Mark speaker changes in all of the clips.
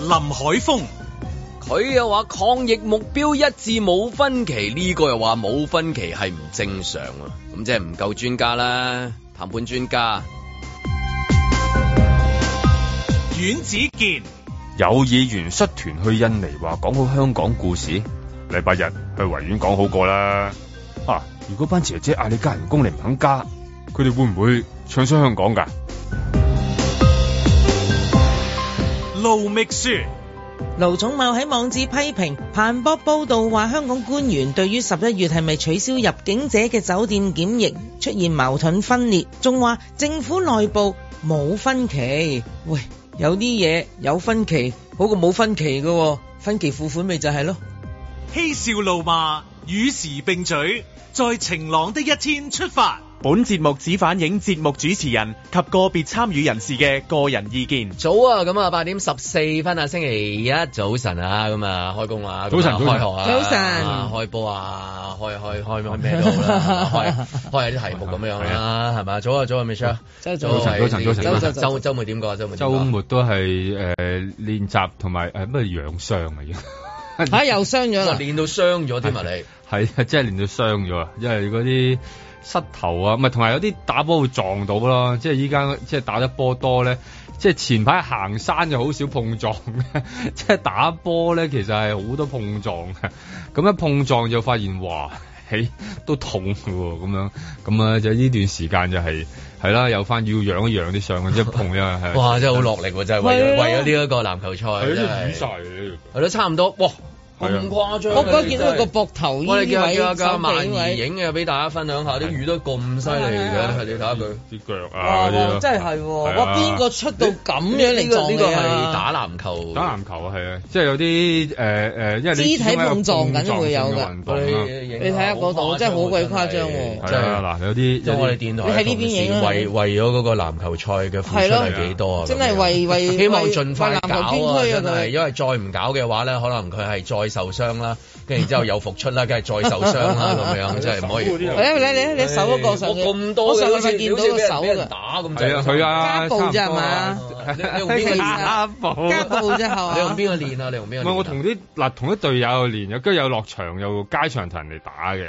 Speaker 1: 林海峰，
Speaker 2: 佢又話抗疫目標一致冇分歧，呢、個又話冇分歧係唔正常啊！咁即係唔夠專家啦，談判專家。
Speaker 1: 阮子健，
Speaker 3: 有議員率團去印尼話講好香港故事，禮拜日去維園講好過啦。啊，如果班姐姐嗌你加人工你唔肯加，佢哋會唔會唱衰香港㗎？
Speaker 1: 盧覓雪，
Speaker 4: 盧寵茂喺網誌批評彭博報道話，香港官員對於十一月係咪取消入境者嘅酒店檢疫出現矛盾分裂，仲話政府內部冇分歧。喂，有啲嘢有分歧好過冇分歧嘅喎，分期付款咪就 係咯。
Speaker 1: 嬉笑怒罵，與時並舉，在晴朗的一天出發。
Speaker 5: 本節目只反映節目主持人及個別參與人士嘅個人意見。
Speaker 2: 早啊，咁啊八點十四分啊，星期一早晨啊，咁啊開工啊，
Speaker 3: 早晨
Speaker 2: 咁
Speaker 3: 早晨
Speaker 2: 啊開學啊，
Speaker 4: 早晨
Speaker 2: 啊開波啊，開開開開咩都好 啦，開開下啲題目咁樣啦，係嘛？早啊早啊，Michelle，
Speaker 4: 早
Speaker 3: 早晨早晨早晨
Speaker 2: 周
Speaker 3: 早
Speaker 4: 晨
Speaker 2: 周周末點過啊？周末點
Speaker 3: 周
Speaker 2: 過啊
Speaker 3: 末都係誒呃練習同埋誒咩養傷啊，已經
Speaker 4: 嚇、哎又傷咗
Speaker 2: 哇
Speaker 4: 啦！
Speaker 2: 練到傷咗添啊你。
Speaker 3: 係啊， 即係練到傷咗啊，因為嗰啲膝頭啊，咪同埋有啲打波會撞到咯，即係依家即係打得波多咧。即係前排行山就好少碰撞嘅，即係打波咧其實係好多碰撞嘅，咁一碰撞就發現哇，起都痛嘅喎，咁樣咁啊就呢段時間就係係啦，有翻要養一養啲相，啊即係碰一下係。啊
Speaker 2: 哇！真係好落力喎，真係為
Speaker 4: 係
Speaker 2: 咗
Speaker 4: 啊
Speaker 2: 為咗呢一個籃球賽，
Speaker 3: 係
Speaker 2: 真
Speaker 3: 都瘀晒
Speaker 2: 係
Speaker 3: 你呢度
Speaker 2: 係咯，差唔多。哇！
Speaker 3: 係啊
Speaker 2: 咁誇張啊，
Speaker 4: 我嗰日見到佢
Speaker 2: 你
Speaker 4: 個
Speaker 2: 真係
Speaker 4: 膊頭呢
Speaker 2: 我哋叫
Speaker 4: 位、
Speaker 2: 叫叫
Speaker 4: 手
Speaker 2: 萬
Speaker 4: 臂呢
Speaker 2: 兒
Speaker 4: 位，啊
Speaker 2: 影嘅俾大家分享下，啲魚都咁犀利嘅，你睇下佢。
Speaker 3: 啲腳
Speaker 4: 哇
Speaker 3: 啊嗰啲
Speaker 4: 哇
Speaker 3: 咯
Speaker 4: 哦真係係喎！
Speaker 3: 係
Speaker 4: 哇，
Speaker 3: 啊
Speaker 4: 邊個出到咁樣
Speaker 2: 呢
Speaker 4: 嚟
Speaker 2: 個
Speaker 4: 撞
Speaker 2: 呢
Speaker 4: 你
Speaker 2: 個
Speaker 4: 啊？
Speaker 2: 係打籃球，
Speaker 3: 打籃球啊，係啊，即係有啲誒誒，因為你
Speaker 4: 肢體碰撞緊會有㗎
Speaker 3: 運動
Speaker 2: 我
Speaker 3: 啦
Speaker 2: 哋影
Speaker 4: 你睇下嗰度真係好鬼誇張喎
Speaker 3: 係啊，嗱，有啲
Speaker 2: 即係我哋電台
Speaker 4: 你喺呢邊影啊
Speaker 2: 同事為為咗嗰個籃球賽嘅付出
Speaker 4: 係咯
Speaker 2: 係幾多啊？
Speaker 4: 真
Speaker 2: 咁
Speaker 4: 係
Speaker 2: 樣
Speaker 4: 為為
Speaker 2: 希望
Speaker 4: 為
Speaker 2: 盡快
Speaker 4: 為
Speaker 2: 搞
Speaker 4: 籃球
Speaker 2: 啊！
Speaker 4: 捐
Speaker 2: 真
Speaker 4: 軀啊
Speaker 2: 係，
Speaker 4: 佢。
Speaker 2: 因為再唔搞嘅話咧，可能佢係再受傷啦，跟住然之後又復出啦，跟住再受傷啦，咁樣真係唔可以。
Speaker 3: 手嗰啲啊
Speaker 4: 嚟嚟嚟，哎你手嗰個上
Speaker 2: 哎我
Speaker 4: 去
Speaker 2: 咁多
Speaker 4: 我
Speaker 2: 嘅，
Speaker 4: 上
Speaker 2: 好
Speaker 4: 個
Speaker 2: 似
Speaker 4: 禮見到個手
Speaker 2: 好似俾人
Speaker 4: 㗎，
Speaker 2: 打咁滯。
Speaker 3: 係
Speaker 2: 哦
Speaker 3: 啊，佢
Speaker 4: 家
Speaker 3: 啊，差
Speaker 4: 暴咋
Speaker 3: 唔多啊
Speaker 4: 嘛
Speaker 2: 你你 用邊個練啊？
Speaker 3: 家暴
Speaker 4: 家暴啫
Speaker 2: 你用
Speaker 4: 係嘛？
Speaker 2: 邊個練啊？你用邊個練啊？
Speaker 3: 唔係我同啲嗱同啲隊友練，跟住有落場又街場同人哋打嘅，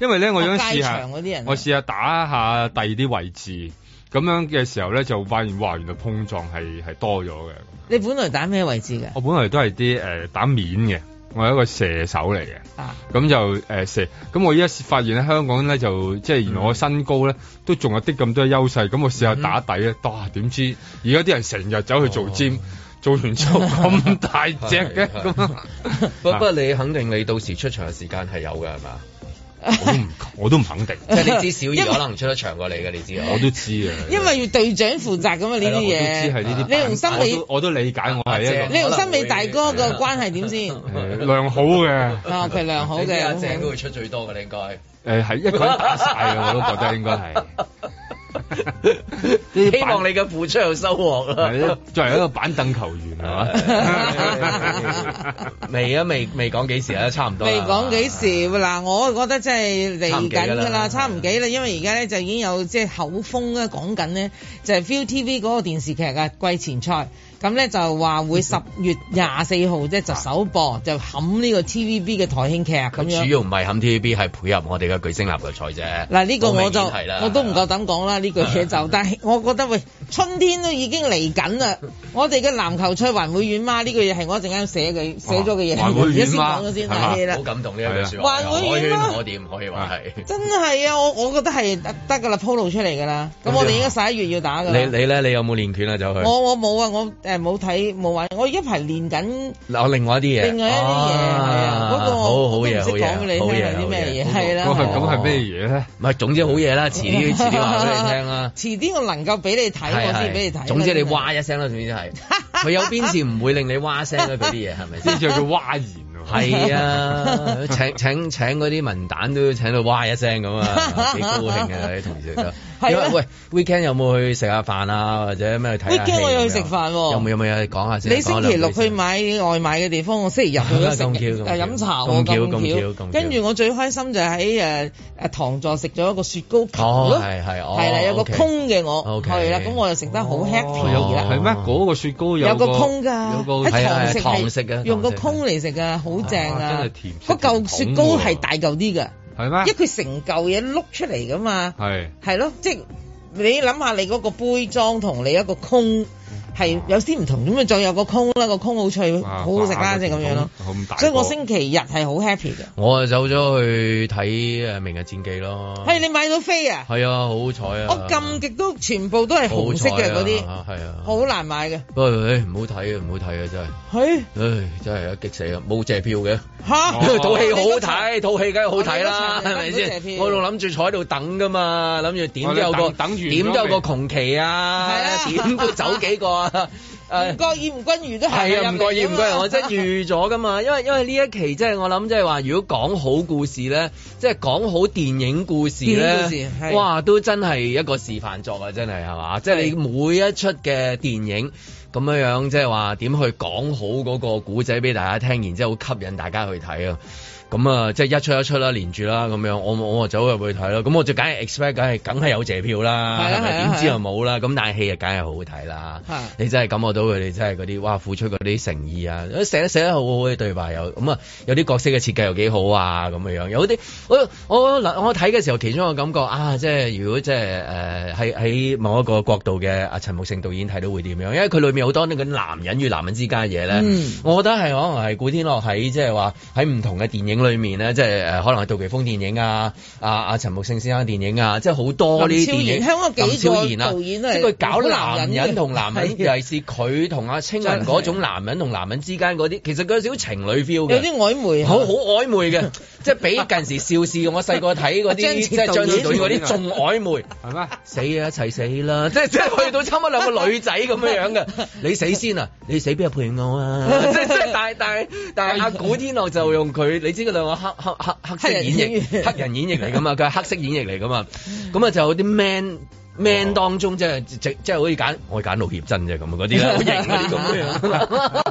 Speaker 3: 因為咧我想試
Speaker 4: 街
Speaker 3: 下
Speaker 4: 場，嗰啲人啊，
Speaker 3: 我試下打下第二啲位置，咁樣嘅時候咧就發現哇原來碰撞係係多咗嘅。
Speaker 4: 你本來打咩位置嘅？
Speaker 3: 我本來都係啲誒打面嘅，我係一個射手嚟嘅。
Speaker 4: 啊，
Speaker 3: 咁就誒、呃射，咁我依家發現咧香港咧就即係原來
Speaker 4: 嗯
Speaker 3: 我身高咧都仲有啲咁多優勢，咁我試下打底咧，哇點知而家啲人成日走去做
Speaker 4: 哦
Speaker 3: 尖，做完之後咁大隻嘅
Speaker 2: 係係
Speaker 3: 咁啊，
Speaker 2: 不不過你肯定你到時出場嘅時間係有㗎係 嘛？
Speaker 3: 我都唔我都唔肯定，
Speaker 2: 即係你知小
Speaker 4: 因為
Speaker 2: 儀可能出得長過你嘅，你知啊
Speaker 3: 我都知啊，
Speaker 4: 因為要隊長負責㗎嘛呢
Speaker 3: 係啦我都知係呢
Speaker 4: 啲嘢啊
Speaker 3: 啲，
Speaker 4: 你用心
Speaker 3: 我
Speaker 4: 理啊
Speaker 3: 都，我都理解我係一個
Speaker 4: 你用心理大哥個
Speaker 2: 啊
Speaker 4: 關係點先？
Speaker 3: 呃良好嘅，
Speaker 4: 啊，佢良好
Speaker 2: 你知
Speaker 4: 嘅，
Speaker 2: 阿
Speaker 4: 好
Speaker 2: 鄭都
Speaker 4: 好
Speaker 2: 會出最多嘅，你應該。
Speaker 3: 誒呃係一個人打晒 嘅，我都覺得應該係。呢啲
Speaker 2: 希
Speaker 3: 板
Speaker 2: 望你嘅付出有收穫啦
Speaker 3: 係。作為一個板凳球員係嘛？
Speaker 2: 未啊，未未講幾時啊，差唔多啦。
Speaker 4: 未講幾時嗱，我覺得真係嚟緊㗎啦，
Speaker 2: 差
Speaker 4: 差
Speaker 2: 唔
Speaker 4: 唔
Speaker 2: 幾
Speaker 4: 幾啦，因為而家咧就已經有即係口風咧講緊咧，就係 ViuTV 嗰個電視劇啊季前賽，咁咧就話
Speaker 2: 嗯
Speaker 4: 會十月廿四號即係就首播，就冚呢個 TVB 嘅台慶劇啊咁
Speaker 2: 佢
Speaker 4: 樣
Speaker 2: 主。要唔係冚 TVB，係配合我哋嘅巨星籃球賽啫。
Speaker 4: 嗱呢個我就
Speaker 2: 好明顯係啦
Speaker 4: 我都唔夠膽講啦，呢句嘢就，但係我覺得喂，春天都已經嚟 緊啦，我哋嘅籃球賽還會遠嗎？呢句嘢係我一陣間寫嘅寫咗嘅嘢，
Speaker 3: 還會
Speaker 4: 而家
Speaker 3: 遠
Speaker 4: 先
Speaker 3: 嗎
Speaker 4: 講咗先，
Speaker 3: 係嘛
Speaker 4: 係啦
Speaker 2: 好。感動呢一句説話，
Speaker 4: 係啊
Speaker 2: 可圈
Speaker 4: 還會
Speaker 2: 可點，可以話係。
Speaker 4: 真係啊！我我覺得係得得㗎啦，鋪路出嚟㗎啦。咁我哋應該十一月要打㗎
Speaker 2: 哎你
Speaker 4: 啦。
Speaker 2: 你咧，你有冇練拳啊？走去。
Speaker 4: 我我冇啊，我誒冇睇冇玩，我一排練緊
Speaker 2: 嗱，我另外一啲嘢，
Speaker 4: 另外一啲嘢係啊。嗰個
Speaker 2: 好好
Speaker 4: 我都
Speaker 2: 嘢，
Speaker 4: 唔識
Speaker 2: 好嘢，
Speaker 4: 講俾你聽
Speaker 2: 好嘢
Speaker 4: 係啲咩嘢，
Speaker 2: 好
Speaker 4: 係啦。
Speaker 3: 咁係
Speaker 4: 係
Speaker 3: 咁
Speaker 4: 啊
Speaker 3: 係咩嘢咧？
Speaker 2: 唔係，總之好嘢啦，遲 啲遲啲話俾你聽啦。
Speaker 4: 遲啲我能夠俾你睇，
Speaker 2: 係
Speaker 4: 我
Speaker 2: 係
Speaker 4: 先俾你睇。
Speaker 2: 總之你
Speaker 4: 真係
Speaker 2: 哇一聲啦，總之係。佢有邊時唔會令你哇聲咧？佢啲嘢係咪
Speaker 3: 呢
Speaker 2: 先？
Speaker 3: 隻叫蛙言喎。
Speaker 2: 係 啊， 請請請嗰啲文蛋都要請到哇一聲咁啊，幾高興啊！啲同事都
Speaker 4: 係啦
Speaker 2: 因為喂，weekend 有冇去食下飯啊，或者咩去睇下戲
Speaker 4: Weekend 我有
Speaker 2: 咁
Speaker 4: 去
Speaker 2: 樣
Speaker 4: 食飯喎
Speaker 2: 有冇有冇有講下先？
Speaker 4: 你星期六去買外賣嘅地方，我星期日去咗食
Speaker 2: 咁巧咁巧
Speaker 4: 誒飲茶喎，
Speaker 2: 咁巧咁巧
Speaker 4: 咁
Speaker 2: 咁巧
Speaker 4: 巧。跟住我最開心就喺誒誒堂座食咗一個雪糕球
Speaker 2: 哦
Speaker 4: 咯，
Speaker 2: 係係哦
Speaker 4: 係啦，有個
Speaker 2: OK
Speaker 4: 空嘅我
Speaker 2: OK 哦
Speaker 4: 係啦，咁我就食得好
Speaker 2: 有
Speaker 4: happy 啦。
Speaker 3: 係咩？嗰個雪糕有
Speaker 4: 有個空㗎，
Speaker 3: 有個
Speaker 4: 喺
Speaker 2: 係啊
Speaker 4: 堂
Speaker 2: 係
Speaker 4: 食
Speaker 2: 啊堂食嘅
Speaker 4: 係用個
Speaker 2: 堂食
Speaker 4: 空嚟食㗎，好正
Speaker 3: 啊
Speaker 4: 啊！
Speaker 3: 真係甜
Speaker 4: 嗰嚿雪糕
Speaker 3: 甜筒
Speaker 4: 係
Speaker 3: 喎啊
Speaker 4: 大嚿啲㗎，
Speaker 3: 係咩？
Speaker 4: 因為佢成嚿嘢碌出嚟㗎嘛。
Speaker 3: 係
Speaker 4: 係咯，即係你諗下你嗰個杯裝同你一個空係有啲唔同，咁啊再有個空啦，個空好脆，
Speaker 3: 哇
Speaker 4: 好好食啦，即係咁樣咯
Speaker 3: 好咁大。個
Speaker 4: 所以我星期日係好 happy 嘅。
Speaker 2: 我啊走咗去睇誒《明日戰記》咯。
Speaker 4: 係你買到飛啊？
Speaker 2: 係啊，好彩啊！
Speaker 4: 我撳極都全部都係紅色嘅嗰啲，
Speaker 2: 好彩啊係啊。
Speaker 4: 好難買嘅。
Speaker 2: 不過唉唔好睇啊，唔好睇啊，真係。
Speaker 4: 佢
Speaker 2: 唉，真係啊，激死啊！冇借票嘅，
Speaker 4: 吓
Speaker 3: 哦
Speaker 2: 套戲好
Speaker 4: 你
Speaker 2: 好
Speaker 4: 嗰場
Speaker 2: 睇，套戲梗係好睇啦，
Speaker 4: 我哋嗰場
Speaker 2: 係咪
Speaker 4: 就係冇借
Speaker 2: 先？
Speaker 4: 票
Speaker 2: 我仲諗住坐喺度等噶嘛，諗住點都有個
Speaker 3: 我哋等等完咗
Speaker 2: 點都有個窮期
Speaker 4: 係
Speaker 2: 啊，
Speaker 4: 啊
Speaker 2: 點都走幾個啊！誒
Speaker 4: 吳國義、吳君如都行
Speaker 2: 係啊，
Speaker 4: 入
Speaker 2: 唔
Speaker 4: 嚟
Speaker 2: 該意，唔該意， 我真係
Speaker 4: 㗎嘛
Speaker 2: 預咗噶嘛，因為因為呢一期即係我諗即係話，如果講好故事咧，即係講好電影故事咧
Speaker 4: 電影故事，係
Speaker 2: 哇，都真係一個示範作啊！真係係嘛，即係你每一出嘅電影。咁樣樣即係話點去講好嗰個古仔俾大家聽，然之後好吸引大家去睇啊！咁啊，即係一出一出啦，連住啦咁樣，我我就走入去睇啦。咁我就梗係 expect，梗係梗係有謝票啦，
Speaker 4: 係啊
Speaker 2: 係咪
Speaker 4: 係啊
Speaker 2: 點知
Speaker 4: 係啊
Speaker 2: 又冇啦。咁但係戲啊，梗係好好睇啦
Speaker 4: 係。
Speaker 2: 你真係感覺到佢哋真係嗰啲哇，付出嗰啲誠意啊，寫得寫得好好嘅對白又咁啊，有啲角色嘅設計又幾好啊，咁樣樣有啲我我嗱我睇嘅時候，其中一個感覺啊，即係如果即係誒喺喺某一個角度嘅阿陳木勝導演睇到會點樣？因為佢裏面好多呢個男人與男人之間嘅嘢咧，
Speaker 4: 嗯
Speaker 2: 我覺得係可能係古天樂喺即係話喺唔同嘅電影裏面咧，即係誒可能係杜琪峰電影啊、啊啊陳木勝先生嘅電影啊，即係好多呢啲電
Speaker 4: 林
Speaker 2: 影。
Speaker 4: 超然香港幾個
Speaker 2: 林超然啊
Speaker 4: 導
Speaker 2: 即
Speaker 4: 演都係
Speaker 2: 係佢搞
Speaker 4: 好
Speaker 2: 男
Speaker 4: 男人
Speaker 2: 人
Speaker 4: 嘅
Speaker 2: 同男人，
Speaker 4: 係啊
Speaker 2: 尤其是佢同阿青雲嗰種男人同男人之間嗰啲，其實佢有少少情侶 feel
Speaker 4: 有
Speaker 2: 嘅。
Speaker 4: 啲曖昧啊。
Speaker 2: 好好曖昧嘅，即係比近時邵氏我細個睇 嗰啲，即係張子導演嗰啲仲曖昧。
Speaker 3: 係咩？
Speaker 2: 死啊！一齊死啦！ 即係即係去到差唔多兩個女仔咁樣樣 嘅，你死先啊！你死邊個陪我 啊？即係即係，但係但係但係阿古天樂就用佢，你知佢兩個黑黑黑黑色演
Speaker 4: 黑人演
Speaker 2: 繹，
Speaker 4: 繹
Speaker 2: 黑人演繹嚟噶嘛？佢係黑色演繹嚟噶嘛？咁啊就有啲 man。man 當中即係即即係好似揀我揀盧協真啫咁啊嗰啲 咧，好型嗰啲咁 樣。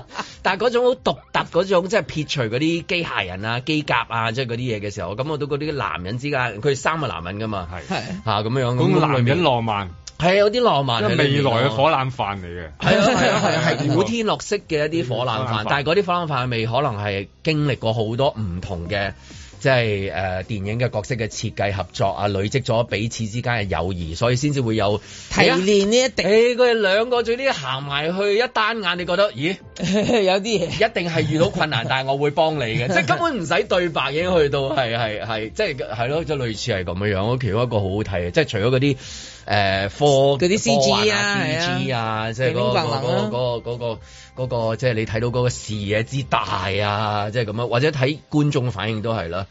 Speaker 2: 但係嗰種好獨特嗰種，即係撇除嗰啲機械人啊、機甲啊，即係嗰啲嘢嘅時候，咁我到嗰啲男人之間，佢三個男人噶嘛，
Speaker 3: 係
Speaker 4: 係
Speaker 2: 嚇咁樣
Speaker 3: 咁
Speaker 2: 裏
Speaker 3: 男
Speaker 2: 面
Speaker 3: 人浪漫，
Speaker 2: 係啊有啲浪
Speaker 3: 即
Speaker 2: 漫喺
Speaker 3: 係
Speaker 2: 裏
Speaker 3: 未
Speaker 2: 面
Speaker 3: 來嘅
Speaker 2: 咯
Speaker 3: 火腩飯嚟嘅。
Speaker 2: 係啊係啊係啊係
Speaker 3: 呢個
Speaker 2: 古天樂式嘅一啲火腩
Speaker 3: 火腩
Speaker 2: 飯
Speaker 3: 飯，
Speaker 2: 但係嗰啲火腩飯味可能係經歷過好多唔同嘅。即係誒、呃、電影嘅角色嘅設計合作啊，累積咗彼此之間嘅友誼，所以先至會有
Speaker 4: 提煉呢一滴
Speaker 2: 誒，佢哋兩個最啲行埋去一單眼，你覺得咦？
Speaker 4: 有啲嘢。
Speaker 2: 一定係遇到困 難，但係我會幫你嘅，即係根本唔使對白已經去到係係係，即係係咯，即係類似係咁樣樣。我其中一個好好睇嘅，即係除咗嗰啲誒科
Speaker 4: 嗰啲 CG
Speaker 2: 科幻
Speaker 4: 啊
Speaker 2: ，CG 啊，即係嗰
Speaker 4: 叮
Speaker 2: 個
Speaker 4: 叮噹噹
Speaker 2: 嗰
Speaker 4: 啊
Speaker 2: 個嗰個嗰個嗰個即係你睇到嗰個視野之大啊，即係咁樣，或者睇觀眾反應都係啦，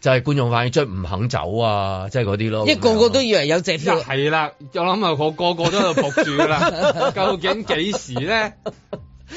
Speaker 2: 就係觀眾反應即係唔肯走啊，即係嗰啲咯。
Speaker 4: 因為個個都以為有謝
Speaker 3: 一
Speaker 4: 票，
Speaker 3: 係啦，我諗啊，我個個都喺度撲住㗎 啦。究竟幾時咧？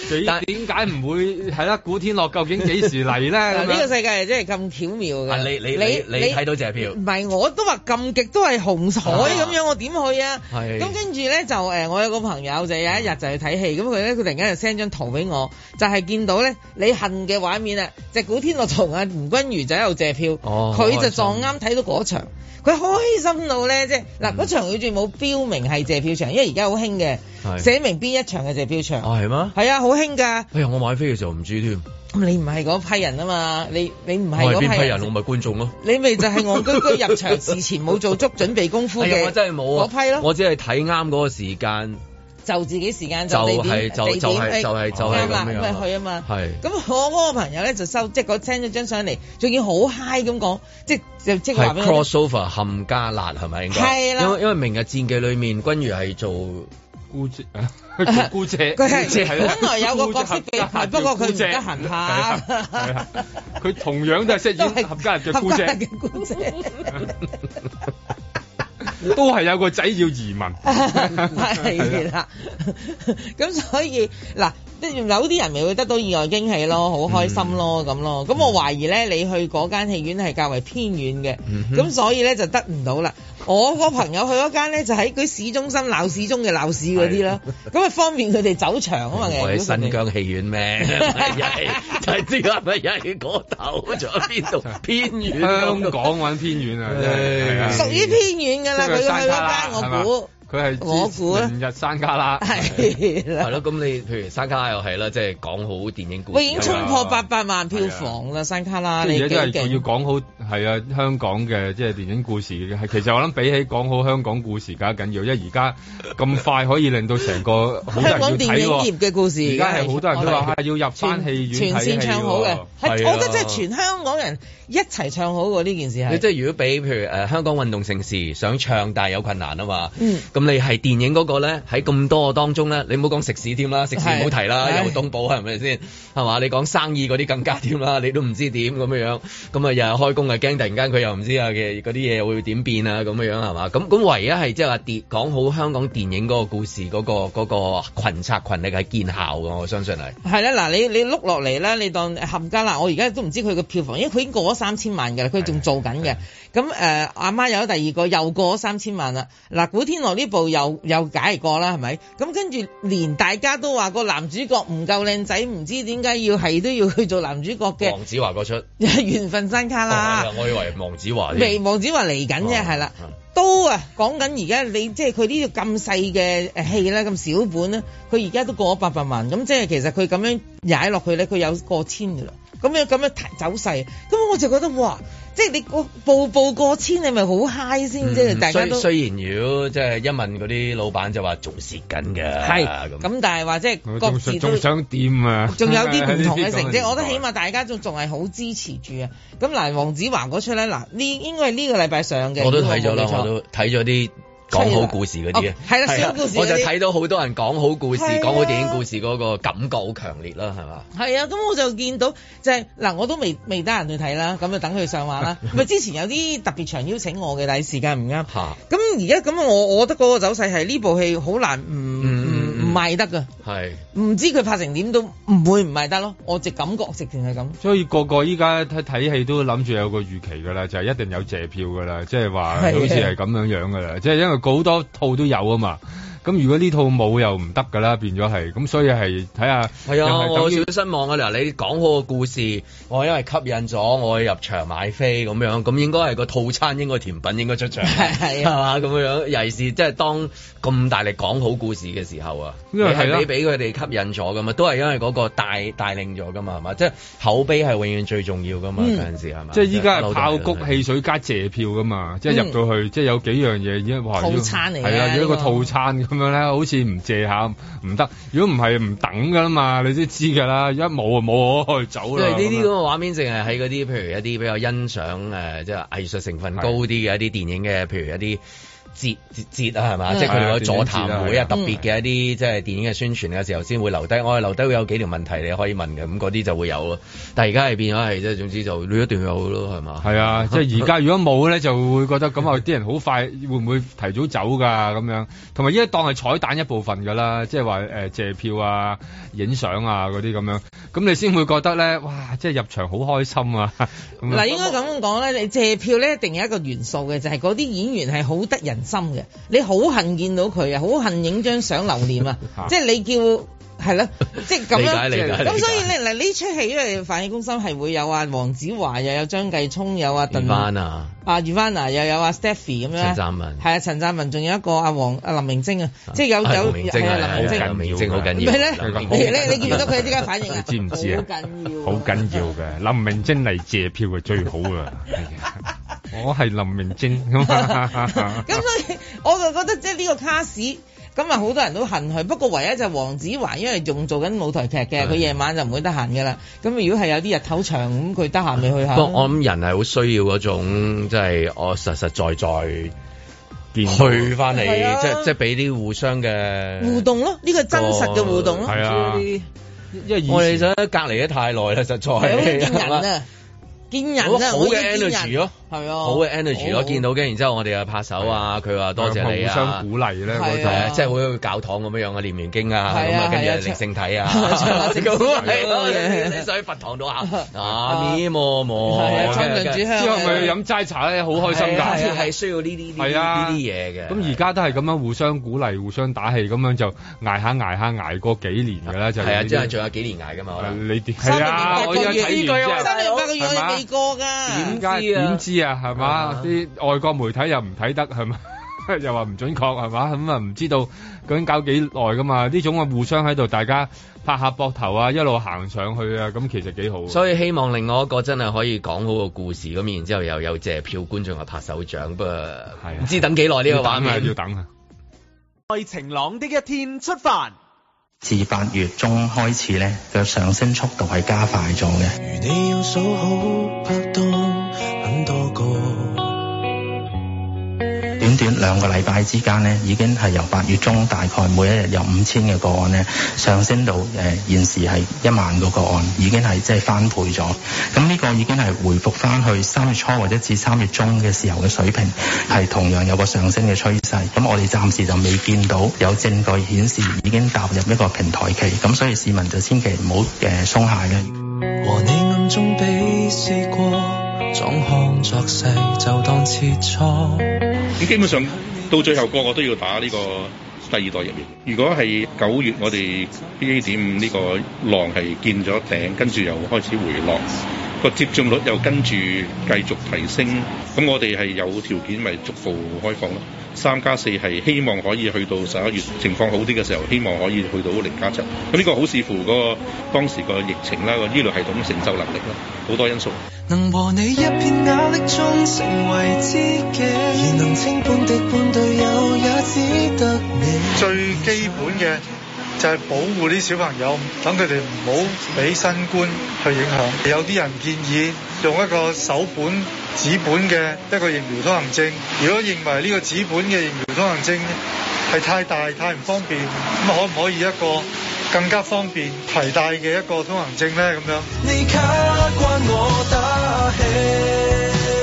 Speaker 3: 幾
Speaker 2: 但
Speaker 3: 點解唔會係啦？古天樂究竟幾時嚟咧？
Speaker 4: 嗱
Speaker 3: 咁
Speaker 4: 呢個
Speaker 3: 樣
Speaker 4: 世界係真係咁巧妙
Speaker 2: 啊你
Speaker 4: 嘅。
Speaker 2: 你你你睇到謝票啊
Speaker 4: 唔係我都話咁極都係紅海咁樣，我點去啊？
Speaker 2: 係
Speaker 4: 咁跟住咧就誒，我有個朋友就有一日就去睇戲，咁佢咧佢突然間就 send 張圖俾我，就係見到咧你恨嘅畫面啊，就古天樂同阿吳君如就喺度謝票，
Speaker 2: 哦
Speaker 4: 佢
Speaker 2: 好開
Speaker 4: 就
Speaker 2: 心
Speaker 4: 撞啱睇到嗰場。佢開心到咧，即係
Speaker 2: 嗯
Speaker 4: 嗱嗰場佢仲冇標明係謝票場，因為而家好興嘅，
Speaker 2: 係
Speaker 4: 寫明邊一場係謝票場，
Speaker 2: 啊係嗎？
Speaker 4: 係啊，好興㗎。
Speaker 2: 哎呀，我買飛嘅時候唔知添，
Speaker 4: 咁你唔係嗰批人啊嘛，你你唔
Speaker 2: 我
Speaker 4: 係
Speaker 2: 係
Speaker 4: 嗰
Speaker 2: 邊批
Speaker 4: 批
Speaker 2: 人？我
Speaker 4: 人，
Speaker 2: 咪觀眾咯。
Speaker 4: 你咪就係戇居居入場，事前冇做足準備功夫
Speaker 2: 哎呀，
Speaker 4: 嘅，
Speaker 2: 我真係冇啊！
Speaker 4: 嗰批咯，
Speaker 2: 我只係睇啱嗰個時間，
Speaker 4: 就自己時間
Speaker 2: 就
Speaker 4: 地
Speaker 2: 係
Speaker 4: 點，
Speaker 2: 就
Speaker 4: 地點
Speaker 2: 就係
Speaker 4: 哎
Speaker 2: 就係就係
Speaker 4: 啱
Speaker 2: 咁
Speaker 4: 啦咁咪
Speaker 2: 樣。
Speaker 4: 去啊嘛。
Speaker 2: 係
Speaker 4: 咁我嗰個朋友咧就收，即係佢 send 咗張相嚟，仲要好 high 咁講，即係就即係話
Speaker 2: 係
Speaker 4: 俾我聽
Speaker 2: crossover 冚家辣係咪應該？
Speaker 4: 係啦
Speaker 2: 因為因為明日戰記裏面君如係做
Speaker 3: 姑姐，做姑姐，
Speaker 4: 佢係
Speaker 3: 姑姐啦
Speaker 4: 本來有個角色
Speaker 3: 姑
Speaker 4: 俾
Speaker 3: 姐合家
Speaker 4: 佢不過
Speaker 3: 叫
Speaker 4: 佢唔得閒
Speaker 3: 姑姐
Speaker 4: 拍
Speaker 3: 係啊係 啊佢同樣都係飾
Speaker 4: 都
Speaker 3: 演合家人嘅姑
Speaker 4: 合家人
Speaker 3: 姐，
Speaker 4: 嘅姑姐，
Speaker 3: 都係有個仔要移民，
Speaker 4: 係啊啦。咁所以嗱，即係有啲人咪會得到意外驚喜咯，好開心咯咁咯。咁我懷疑咧，你去嗰間戲院係較為偏遠嘅
Speaker 2: 嗯，哼
Speaker 4: 咁所以咧就得唔到啦。我個朋友去嗰間咧，就喺佢市中心鬧市中嘅鬧市嗰啲啦，咁啊方便佢哋走場 啊嘛。
Speaker 2: 我喺
Speaker 4: 其實佢哋
Speaker 2: 新疆戲 院咩？咪又係就係知係咪又係嗰頭， 仲有邊 度偏遠
Speaker 3: 香港玩偏遠啊，
Speaker 2: 唉
Speaker 3: 真係係
Speaker 4: 屬
Speaker 3: 啊
Speaker 4: 於偏遠㗎啦，佢去
Speaker 3: 山卡
Speaker 4: 嗰
Speaker 3: 拉
Speaker 4: 間我
Speaker 3: 係
Speaker 4: 估
Speaker 3: 嘛佢係
Speaker 4: 我估啊
Speaker 3: 明日山卡拉，
Speaker 4: 係
Speaker 2: 係
Speaker 4: 啦。
Speaker 2: 咯，咁你譬如山卡拉又係啦，即係講好電影故事。啊
Speaker 4: 喂，已經衝破八百萬票房啦，山卡拉啊你
Speaker 3: 即係
Speaker 4: 幾
Speaker 3: 而家真係要
Speaker 4: 勁？
Speaker 3: 講好係啊，香港嘅即係電影故事嘅，係其實我諗比起講好香港故事更加緊要，因為而家咁快可以令到成個好多
Speaker 4: 香
Speaker 3: 人要
Speaker 4: 港電
Speaker 3: 睇
Speaker 4: 影
Speaker 3: 喎
Speaker 4: 業。嘅故事，
Speaker 3: 而家係好多人都話啊要入翻戲
Speaker 4: 全
Speaker 3: 院
Speaker 4: 全
Speaker 3: 睇戲
Speaker 4: 線唱好嘅
Speaker 3: 喎，
Speaker 2: 係啊
Speaker 4: 係我覺得真係全香港人一齊唱好喎呢件事
Speaker 2: 你即
Speaker 4: 係。
Speaker 2: 係如果俾譬如誒、呃香港運動盛事想唱，但係有困難啊嘛。
Speaker 4: 嗯
Speaker 2: 咁你係電影嗰個咧，喺咁多個當中咧，你唔好講食肆添啦，食肆唔好提啦，
Speaker 4: 係
Speaker 2: 又東寶係咪先？係嘛？你講生意嗰啲更加添啦，你都唔知點咁樣樣。咁啊，又係開工啊，驚突然間佢又唔知啊嘅嗰啲嘢會點變啊咁樣樣係嘛？咁咁唯一係即係話電講好香港電影嗰個故事嗰、個嗰、個群策群力係見效嘅，我相信係。
Speaker 4: 係啦，嗱，你你碌落嚟啦，你當呃冚家啦，我而家都唔知佢嘅票房，因為佢已經過咗三千萬㗎啦，佢仲做緊嘅。咁誒，呃阿媽有咗第二個，又過咗三千萬啦。嗱，古天樂呢部又又解過啦，係咪？咁跟住連大家都話個男主角唔夠靚仔，唔知點解要係都要去做男主角嘅
Speaker 2: 黃子華嗰出，
Speaker 4: 緣分山卡啦。
Speaker 2: 哦哦我以為黃子華添
Speaker 4: 啊未黃子華嚟緊啫，
Speaker 2: 哦
Speaker 4: 係啦
Speaker 2: 嗯，
Speaker 4: 都啊講緊而家你即係佢呢啲咁細嘅誒戲咧，咁小本咧，佢而家都過咗八百萬，咁即係其實佢咁樣踩落去咧，佢有過千噶啦，咁樣咁樣走勢，咁我就覺得哇，即係你個步步過千，你咪好 high 先啫，大家
Speaker 2: 雖
Speaker 4: 都。
Speaker 2: 雖然如果即係一問嗰啲老闆就話仲蝕緊嘅，
Speaker 4: 係
Speaker 2: 咁
Speaker 4: 咁，但係話即係
Speaker 3: 我
Speaker 4: 各
Speaker 3: 仲
Speaker 4: 自
Speaker 3: 想
Speaker 4: 都
Speaker 3: 仲想點啊？
Speaker 4: 仲 有啲唔同嘅成
Speaker 3: 呢
Speaker 4: 績，
Speaker 3: 啲
Speaker 4: 我
Speaker 2: 啊
Speaker 4: 覺得起碼大家仲仲係好支持住啊！咁嗱，黃子華嗰出咧，嗱呢應該係呢個禮拜上嘅，
Speaker 2: 我都睇咗啦，
Speaker 4: 如果
Speaker 2: 我
Speaker 4: 冇記錯
Speaker 2: 都睇咗啲。講好故事嗰啲啊
Speaker 4: 哦係啦小故事嗰啲
Speaker 2: 我就睇到好多人講好故事、
Speaker 4: 係啊
Speaker 2: 講好電影故事嗰個感覺好強烈啦，係嘛？
Speaker 4: 係啊，咁我就見到就係、嗱，我都未未得閒去睇啦，咁就等佢上畫 啦。咪之前有啲特別場邀請我嘅，但係時間唔啱。
Speaker 2: 嚇，
Speaker 4: 咁而家咁我我覺得嗰個走勢係呢部戲好難唔
Speaker 2: 嗯
Speaker 4: 唔
Speaker 2: 嗯
Speaker 4: 唔賣得㗎，
Speaker 2: 係
Speaker 4: 唔知佢拍成點都唔會唔賣得咯。我直感覺直情係咁。
Speaker 3: 所以個個依家睇睇戲都諗住有個預期㗎啦，就係、一定有謝票㗎啦，即係
Speaker 2: 啊
Speaker 3: 話好
Speaker 4: 係
Speaker 3: 似係咁樣樣㗎啦，即係因為好多套都有啊嘛。咁如果呢套冇又唔得㗎啦，變咗係咁，所以係睇下
Speaker 2: 係啊，
Speaker 3: 又係等
Speaker 2: 我
Speaker 3: 於
Speaker 2: 少少失望啊！嗱，你講好個故事，我因為吸引咗我入場買飛咁樣，咁應該係個套餐應該甜品應該出 場，
Speaker 4: 係
Speaker 2: 係
Speaker 4: 係
Speaker 3: 啊
Speaker 2: 嘛咁樣，尤其是即係當咁大力講好故事嘅時候啊，你
Speaker 3: 因為係
Speaker 2: 係
Speaker 3: 啦
Speaker 2: 俾俾佢哋吸引咗噶嘛，都係因為嗰個帶帶領咗噶嘛，係嘛？即係口碑係永遠最重要噶嘛，
Speaker 4: 嗯
Speaker 2: 嗰陣時係嘛？
Speaker 3: 即係依家係爆
Speaker 2: 即
Speaker 3: 谷
Speaker 2: 係
Speaker 3: 汽水加謝票㗎嘛，
Speaker 2: 嗯
Speaker 3: 即係入到去，即係有幾樣嘢已經哇
Speaker 4: 套
Speaker 3: 要
Speaker 4: 餐嚟㗎
Speaker 2: 啊
Speaker 3: 係啦，要一個
Speaker 4: 呢個
Speaker 3: 套餐咁樣咧，好似唔謝下唔得，如果唔係唔等㗎啦嘛，你都知㗎啦，一冇就啊冇我去走
Speaker 2: 因
Speaker 3: 啦。
Speaker 2: 為呢啲
Speaker 3: 咁
Speaker 2: 咁
Speaker 3: 樣
Speaker 2: 嘅畫面，淨係喺嗰啲譬如一啲比較欣賞誒，即係藝術成分高啲嘅一啲電影嘅，譬如一啲。節節節啊，係嘛？
Speaker 4: 嗯
Speaker 2: 即係佢哋個座
Speaker 3: 係啊
Speaker 2: 談
Speaker 3: 電影
Speaker 2: 會
Speaker 3: 節
Speaker 2: 啊，
Speaker 3: 啊
Speaker 2: 特別嘅一啲即係電影嘅宣傳嘅時候，先會留低。我哋留低會有幾條問題你可以問嘅，咁嗰啲就會有咯。但係而家係變咗係即係總之就你一定要有咯，係嘛？
Speaker 3: 係 啊，即係而家如果冇咧，就會覺得咁啊，啲人好快會唔會提早走㗎咁樣？同埋依家當係彩蛋一部分㗎啦，即係話誒謝票啊、影相啊嗰啲咁樣，咁你先會覺得咧，哇！即係入場好開心啊！ 咁
Speaker 4: 嗱，
Speaker 3: 啊
Speaker 4: 應該咁講咧，你借票咧一定有一個元素嘅，就係嗰啲演員係好得人心嘅，你好恨見到佢啊，好恨影張相留念 啊
Speaker 3: 嚇，
Speaker 4: 即係你叫係咯，即係咁
Speaker 2: 理
Speaker 4: 樣
Speaker 2: 解。理解理解
Speaker 4: 咁所以咧，嗱呢出戲因為反映公心係會有啊黃子華，又有張繼聰，有啊
Speaker 2: 變
Speaker 4: 鄧
Speaker 2: 翻啊，
Speaker 4: 啊 e v a n a 又有啊 Stephy 咁樣，
Speaker 2: 陳湛文
Speaker 4: 係啊陳湛文，仲有一個阿黃啊林明晶啊，即係有
Speaker 2: 啊
Speaker 4: 有
Speaker 2: 林明晶
Speaker 4: 係
Speaker 2: 啊，
Speaker 4: 啊林明
Speaker 2: 係
Speaker 4: 晶
Speaker 2: 啊，林明晶好緊
Speaker 4: 唔
Speaker 2: 要。
Speaker 4: 係咧，
Speaker 2: 林明
Speaker 4: 你
Speaker 2: 晶
Speaker 4: 你你見到佢即刻反應 啊，
Speaker 3: 你知唔知啊
Speaker 4: 好緊要啊，
Speaker 3: 好緊要嘅，林明晶嚟借票係最好啊！ 我係林明晶 咁啊
Speaker 4: 咁所以我就覺得即係呢個卡士咁啊，好多人都恨佢。不過唯一就黃子華，因為仲做緊舞台劇嘅，佢夜晚就唔會得閒嘅啦。咁如果係有啲日頭場，咁佢得閒咪去下
Speaker 2: 不過
Speaker 4: 咯。
Speaker 2: 我諗人係好需要嗰種，即係我實實在在
Speaker 3: 見到
Speaker 2: 去翻嚟，
Speaker 4: 係啊
Speaker 2: 即係即係俾啲互相嘅
Speaker 4: 互動咯，呢個真實嘅互動咯。
Speaker 3: 係啊
Speaker 2: 唔知呢啲
Speaker 3: 因為以
Speaker 2: 我哋
Speaker 3: 前
Speaker 2: 想隔離得太耐啦，實在
Speaker 4: 係好見
Speaker 2: 哦係
Speaker 4: 人
Speaker 2: 嘛
Speaker 4: 啊！見人
Speaker 2: 好
Speaker 4: 啊，我已
Speaker 2: 嘅
Speaker 4: 經見
Speaker 2: energy
Speaker 4: 人
Speaker 2: 咯，
Speaker 4: 係啊，
Speaker 2: 好嘅 energy 咯，見到嘅，然之後我哋又拍手啊，佢話多謝你
Speaker 3: 互相
Speaker 2: 啊。
Speaker 3: 鼓勵咧，嗰
Speaker 4: 係
Speaker 2: 係
Speaker 4: 啊
Speaker 2: 啊，即係好似教堂咁樣樣啊，念完經啊，
Speaker 4: 係
Speaker 2: 咁
Speaker 4: 啊
Speaker 2: 啊，跟
Speaker 4: 係啊
Speaker 2: 住靈性 體啊，
Speaker 4: 唱
Speaker 2: 咁
Speaker 4: 下
Speaker 2: 啊
Speaker 4: 聖詩啊
Speaker 2: 係咯，
Speaker 4: 係啊
Speaker 2: 你上去佛堂度啊，啊咪摩摩，
Speaker 4: 係啊
Speaker 3: 種
Speaker 4: 親近主香啊
Speaker 3: 之後咪飲齋茶咧，好開心
Speaker 2: 係啊係
Speaker 3: 㗎
Speaker 2: 啊。係需要呢啲呢
Speaker 3: 係
Speaker 2: 啲
Speaker 3: 啊
Speaker 2: 呢啲嘢嘅。
Speaker 3: 咁而家都係咁樣互相鼓勵、互相打氣，咁樣就捱下捱下捱過幾年㗎啦，就
Speaker 2: 係啊，
Speaker 3: 呢啲
Speaker 2: 即係仲有幾年捱㗎嘛，我諗。
Speaker 3: 你點
Speaker 4: 三
Speaker 3: 係
Speaker 4: 年
Speaker 3: 啊？
Speaker 4: 八
Speaker 3: 我
Speaker 4: 個
Speaker 3: 依家睇
Speaker 4: 月
Speaker 3: 完之後
Speaker 2: 呢句
Speaker 4: 三年八個月我
Speaker 3: 係嘛
Speaker 4: 哋未過㗎，
Speaker 2: 點知啊
Speaker 3: 點知啊？係
Speaker 2: 啊
Speaker 3: 嘛？啲外國媒體又唔睇得係嘛？又話唔準確係嘛？咁啊唔知道究竟搞幾耐噶嘛？呢種啊互相喺度大家拍下膊頭啊，一路行上去啊，咁其實幾好。
Speaker 2: 所以希望另外一個真係可以講好個故事，咁然之後又有謝票，觀眾又拍手掌，不過
Speaker 3: 啊
Speaker 2: 唔知等幾耐呢個畫
Speaker 3: 要等啊要
Speaker 2: 面。
Speaker 3: 等啊！
Speaker 5: 在晴朗的一天出發。
Speaker 6: 自八月中開始咧，佢上升速度係加快咗嘅。
Speaker 7: 如你要數好拍檔，很多個，
Speaker 6: 短短兩個禮拜之間咧，已經係由八月中大概每一日有五千嘅個案咧，上升到誒、呃、現時係一萬個個案，已經係即係翻倍咗。咁呢個已經係回復翻去三月初或者至三月中嘅時候嘅水平，係同樣有個上升嘅趨勢。咁我哋暫時就未見到有證據顯示已經踏入一個平台期，咁所以市民就千祈唔好誒鬆懈嘅。
Speaker 7: 和你暗中比試過，裝腔作勢就當切磋。
Speaker 8: 咁基本上到最後個個都要打呢個第二代疫苗。如果係九月我哋 B A 點五呢個浪係見咗頂，跟住又開始回落，個接種率又跟住繼續提升，咁我哋係有條件咪逐步開放咯。三加四係希望可以去到十一月情況好啲嘅時候，希望可以去到零加七。咁呢個好視乎嗰個當時個疫情啦、個醫療系統承受能力啦，好多因素。
Speaker 7: 能和你一片瓦礫中成為知己，而能稱半敵半隊友也只得你。
Speaker 9: 最基本嘅就係保護啲小朋友，等佢哋唔好俾新冠去影響。有啲人建議用一個手本紙本嘅一個疫苗通行證。如果認為呢個紙本嘅疫苗通行證係太大太唔方便，咁可唔可以一個更加方便攜帶嘅一個通行證呢？咁樣。
Speaker 7: 你卡關我打氣，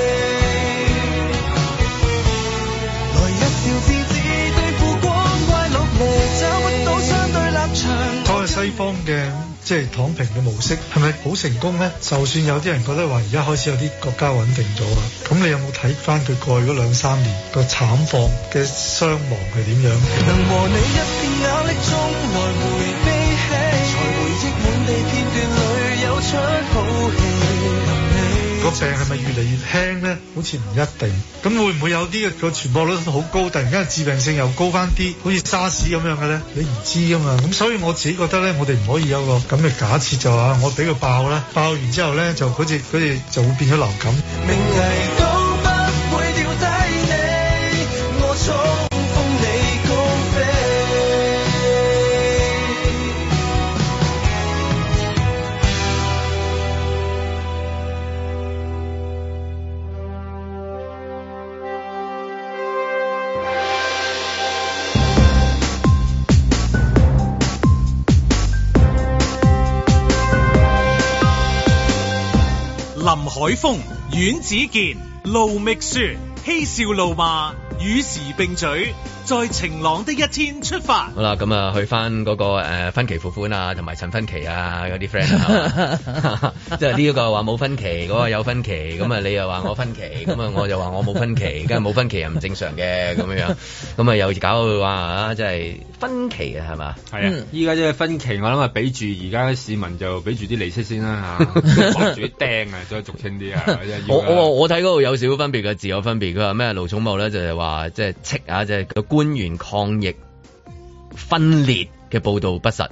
Speaker 7: 來日調自自對付光怪陸離，找不到相對立場。
Speaker 9: 所謂西方嘅即係躺平嘅模式係咪好成功呢？就算有啲人覺得話而家開始有啲國家穩定咗啊，咁你有冇睇翻佢過去嗰兩三年個慘況嘅傷亡係點樣？
Speaker 7: 能和你一片瓦礫中來回悲喜，才回憶滿地片段裏有出好戲。能你
Speaker 9: 個病係咪越嚟越輕呢？好似唔一定。咁會唔會有啲個傳播率好高，突然間致病性又高翻啲，好似沙士咁樣嘅呢？你唔知啊嘛。咁所以我自己覺得呢，我哋唔可以有個咁嘅假設就話我俾佢爆啦，爆完之後呢，就好似佢哋就會變咗流感。
Speaker 7: 明危都不會掉低你，我衝鋒你高飛。
Speaker 1: 林海峰、阮子健、盧覓雪，嬉笑怒罵，與時並舉，在晴朗的一天出發。
Speaker 2: 好啦，咁啊，去翻嗰個誒分期付款啊，同埋陳分期啊嗰啲 friend 啊，即係呢一個話冇分期，嗰個有分期，咁啊你又話我分期，咁啊我就話我冇分期，梗係冇分期又唔正常嘅咁樣樣，咁啊又搞到話啊，即係分期啊係嘛？
Speaker 3: 係啊
Speaker 4: 嗯，
Speaker 3: 依家即係分期，我諗啊，俾住而家市民就俾住啲利息先啦 嚇，綁住啲釘啊，再俗稱啲啊，即係要
Speaker 2: 我
Speaker 3: 啊
Speaker 2: 我我睇嗰度有少少分別嘅，字有分別。佢話咩？盧寵茂咧就係話即係斥啊，即係個官員抗疫分裂嘅報導不實，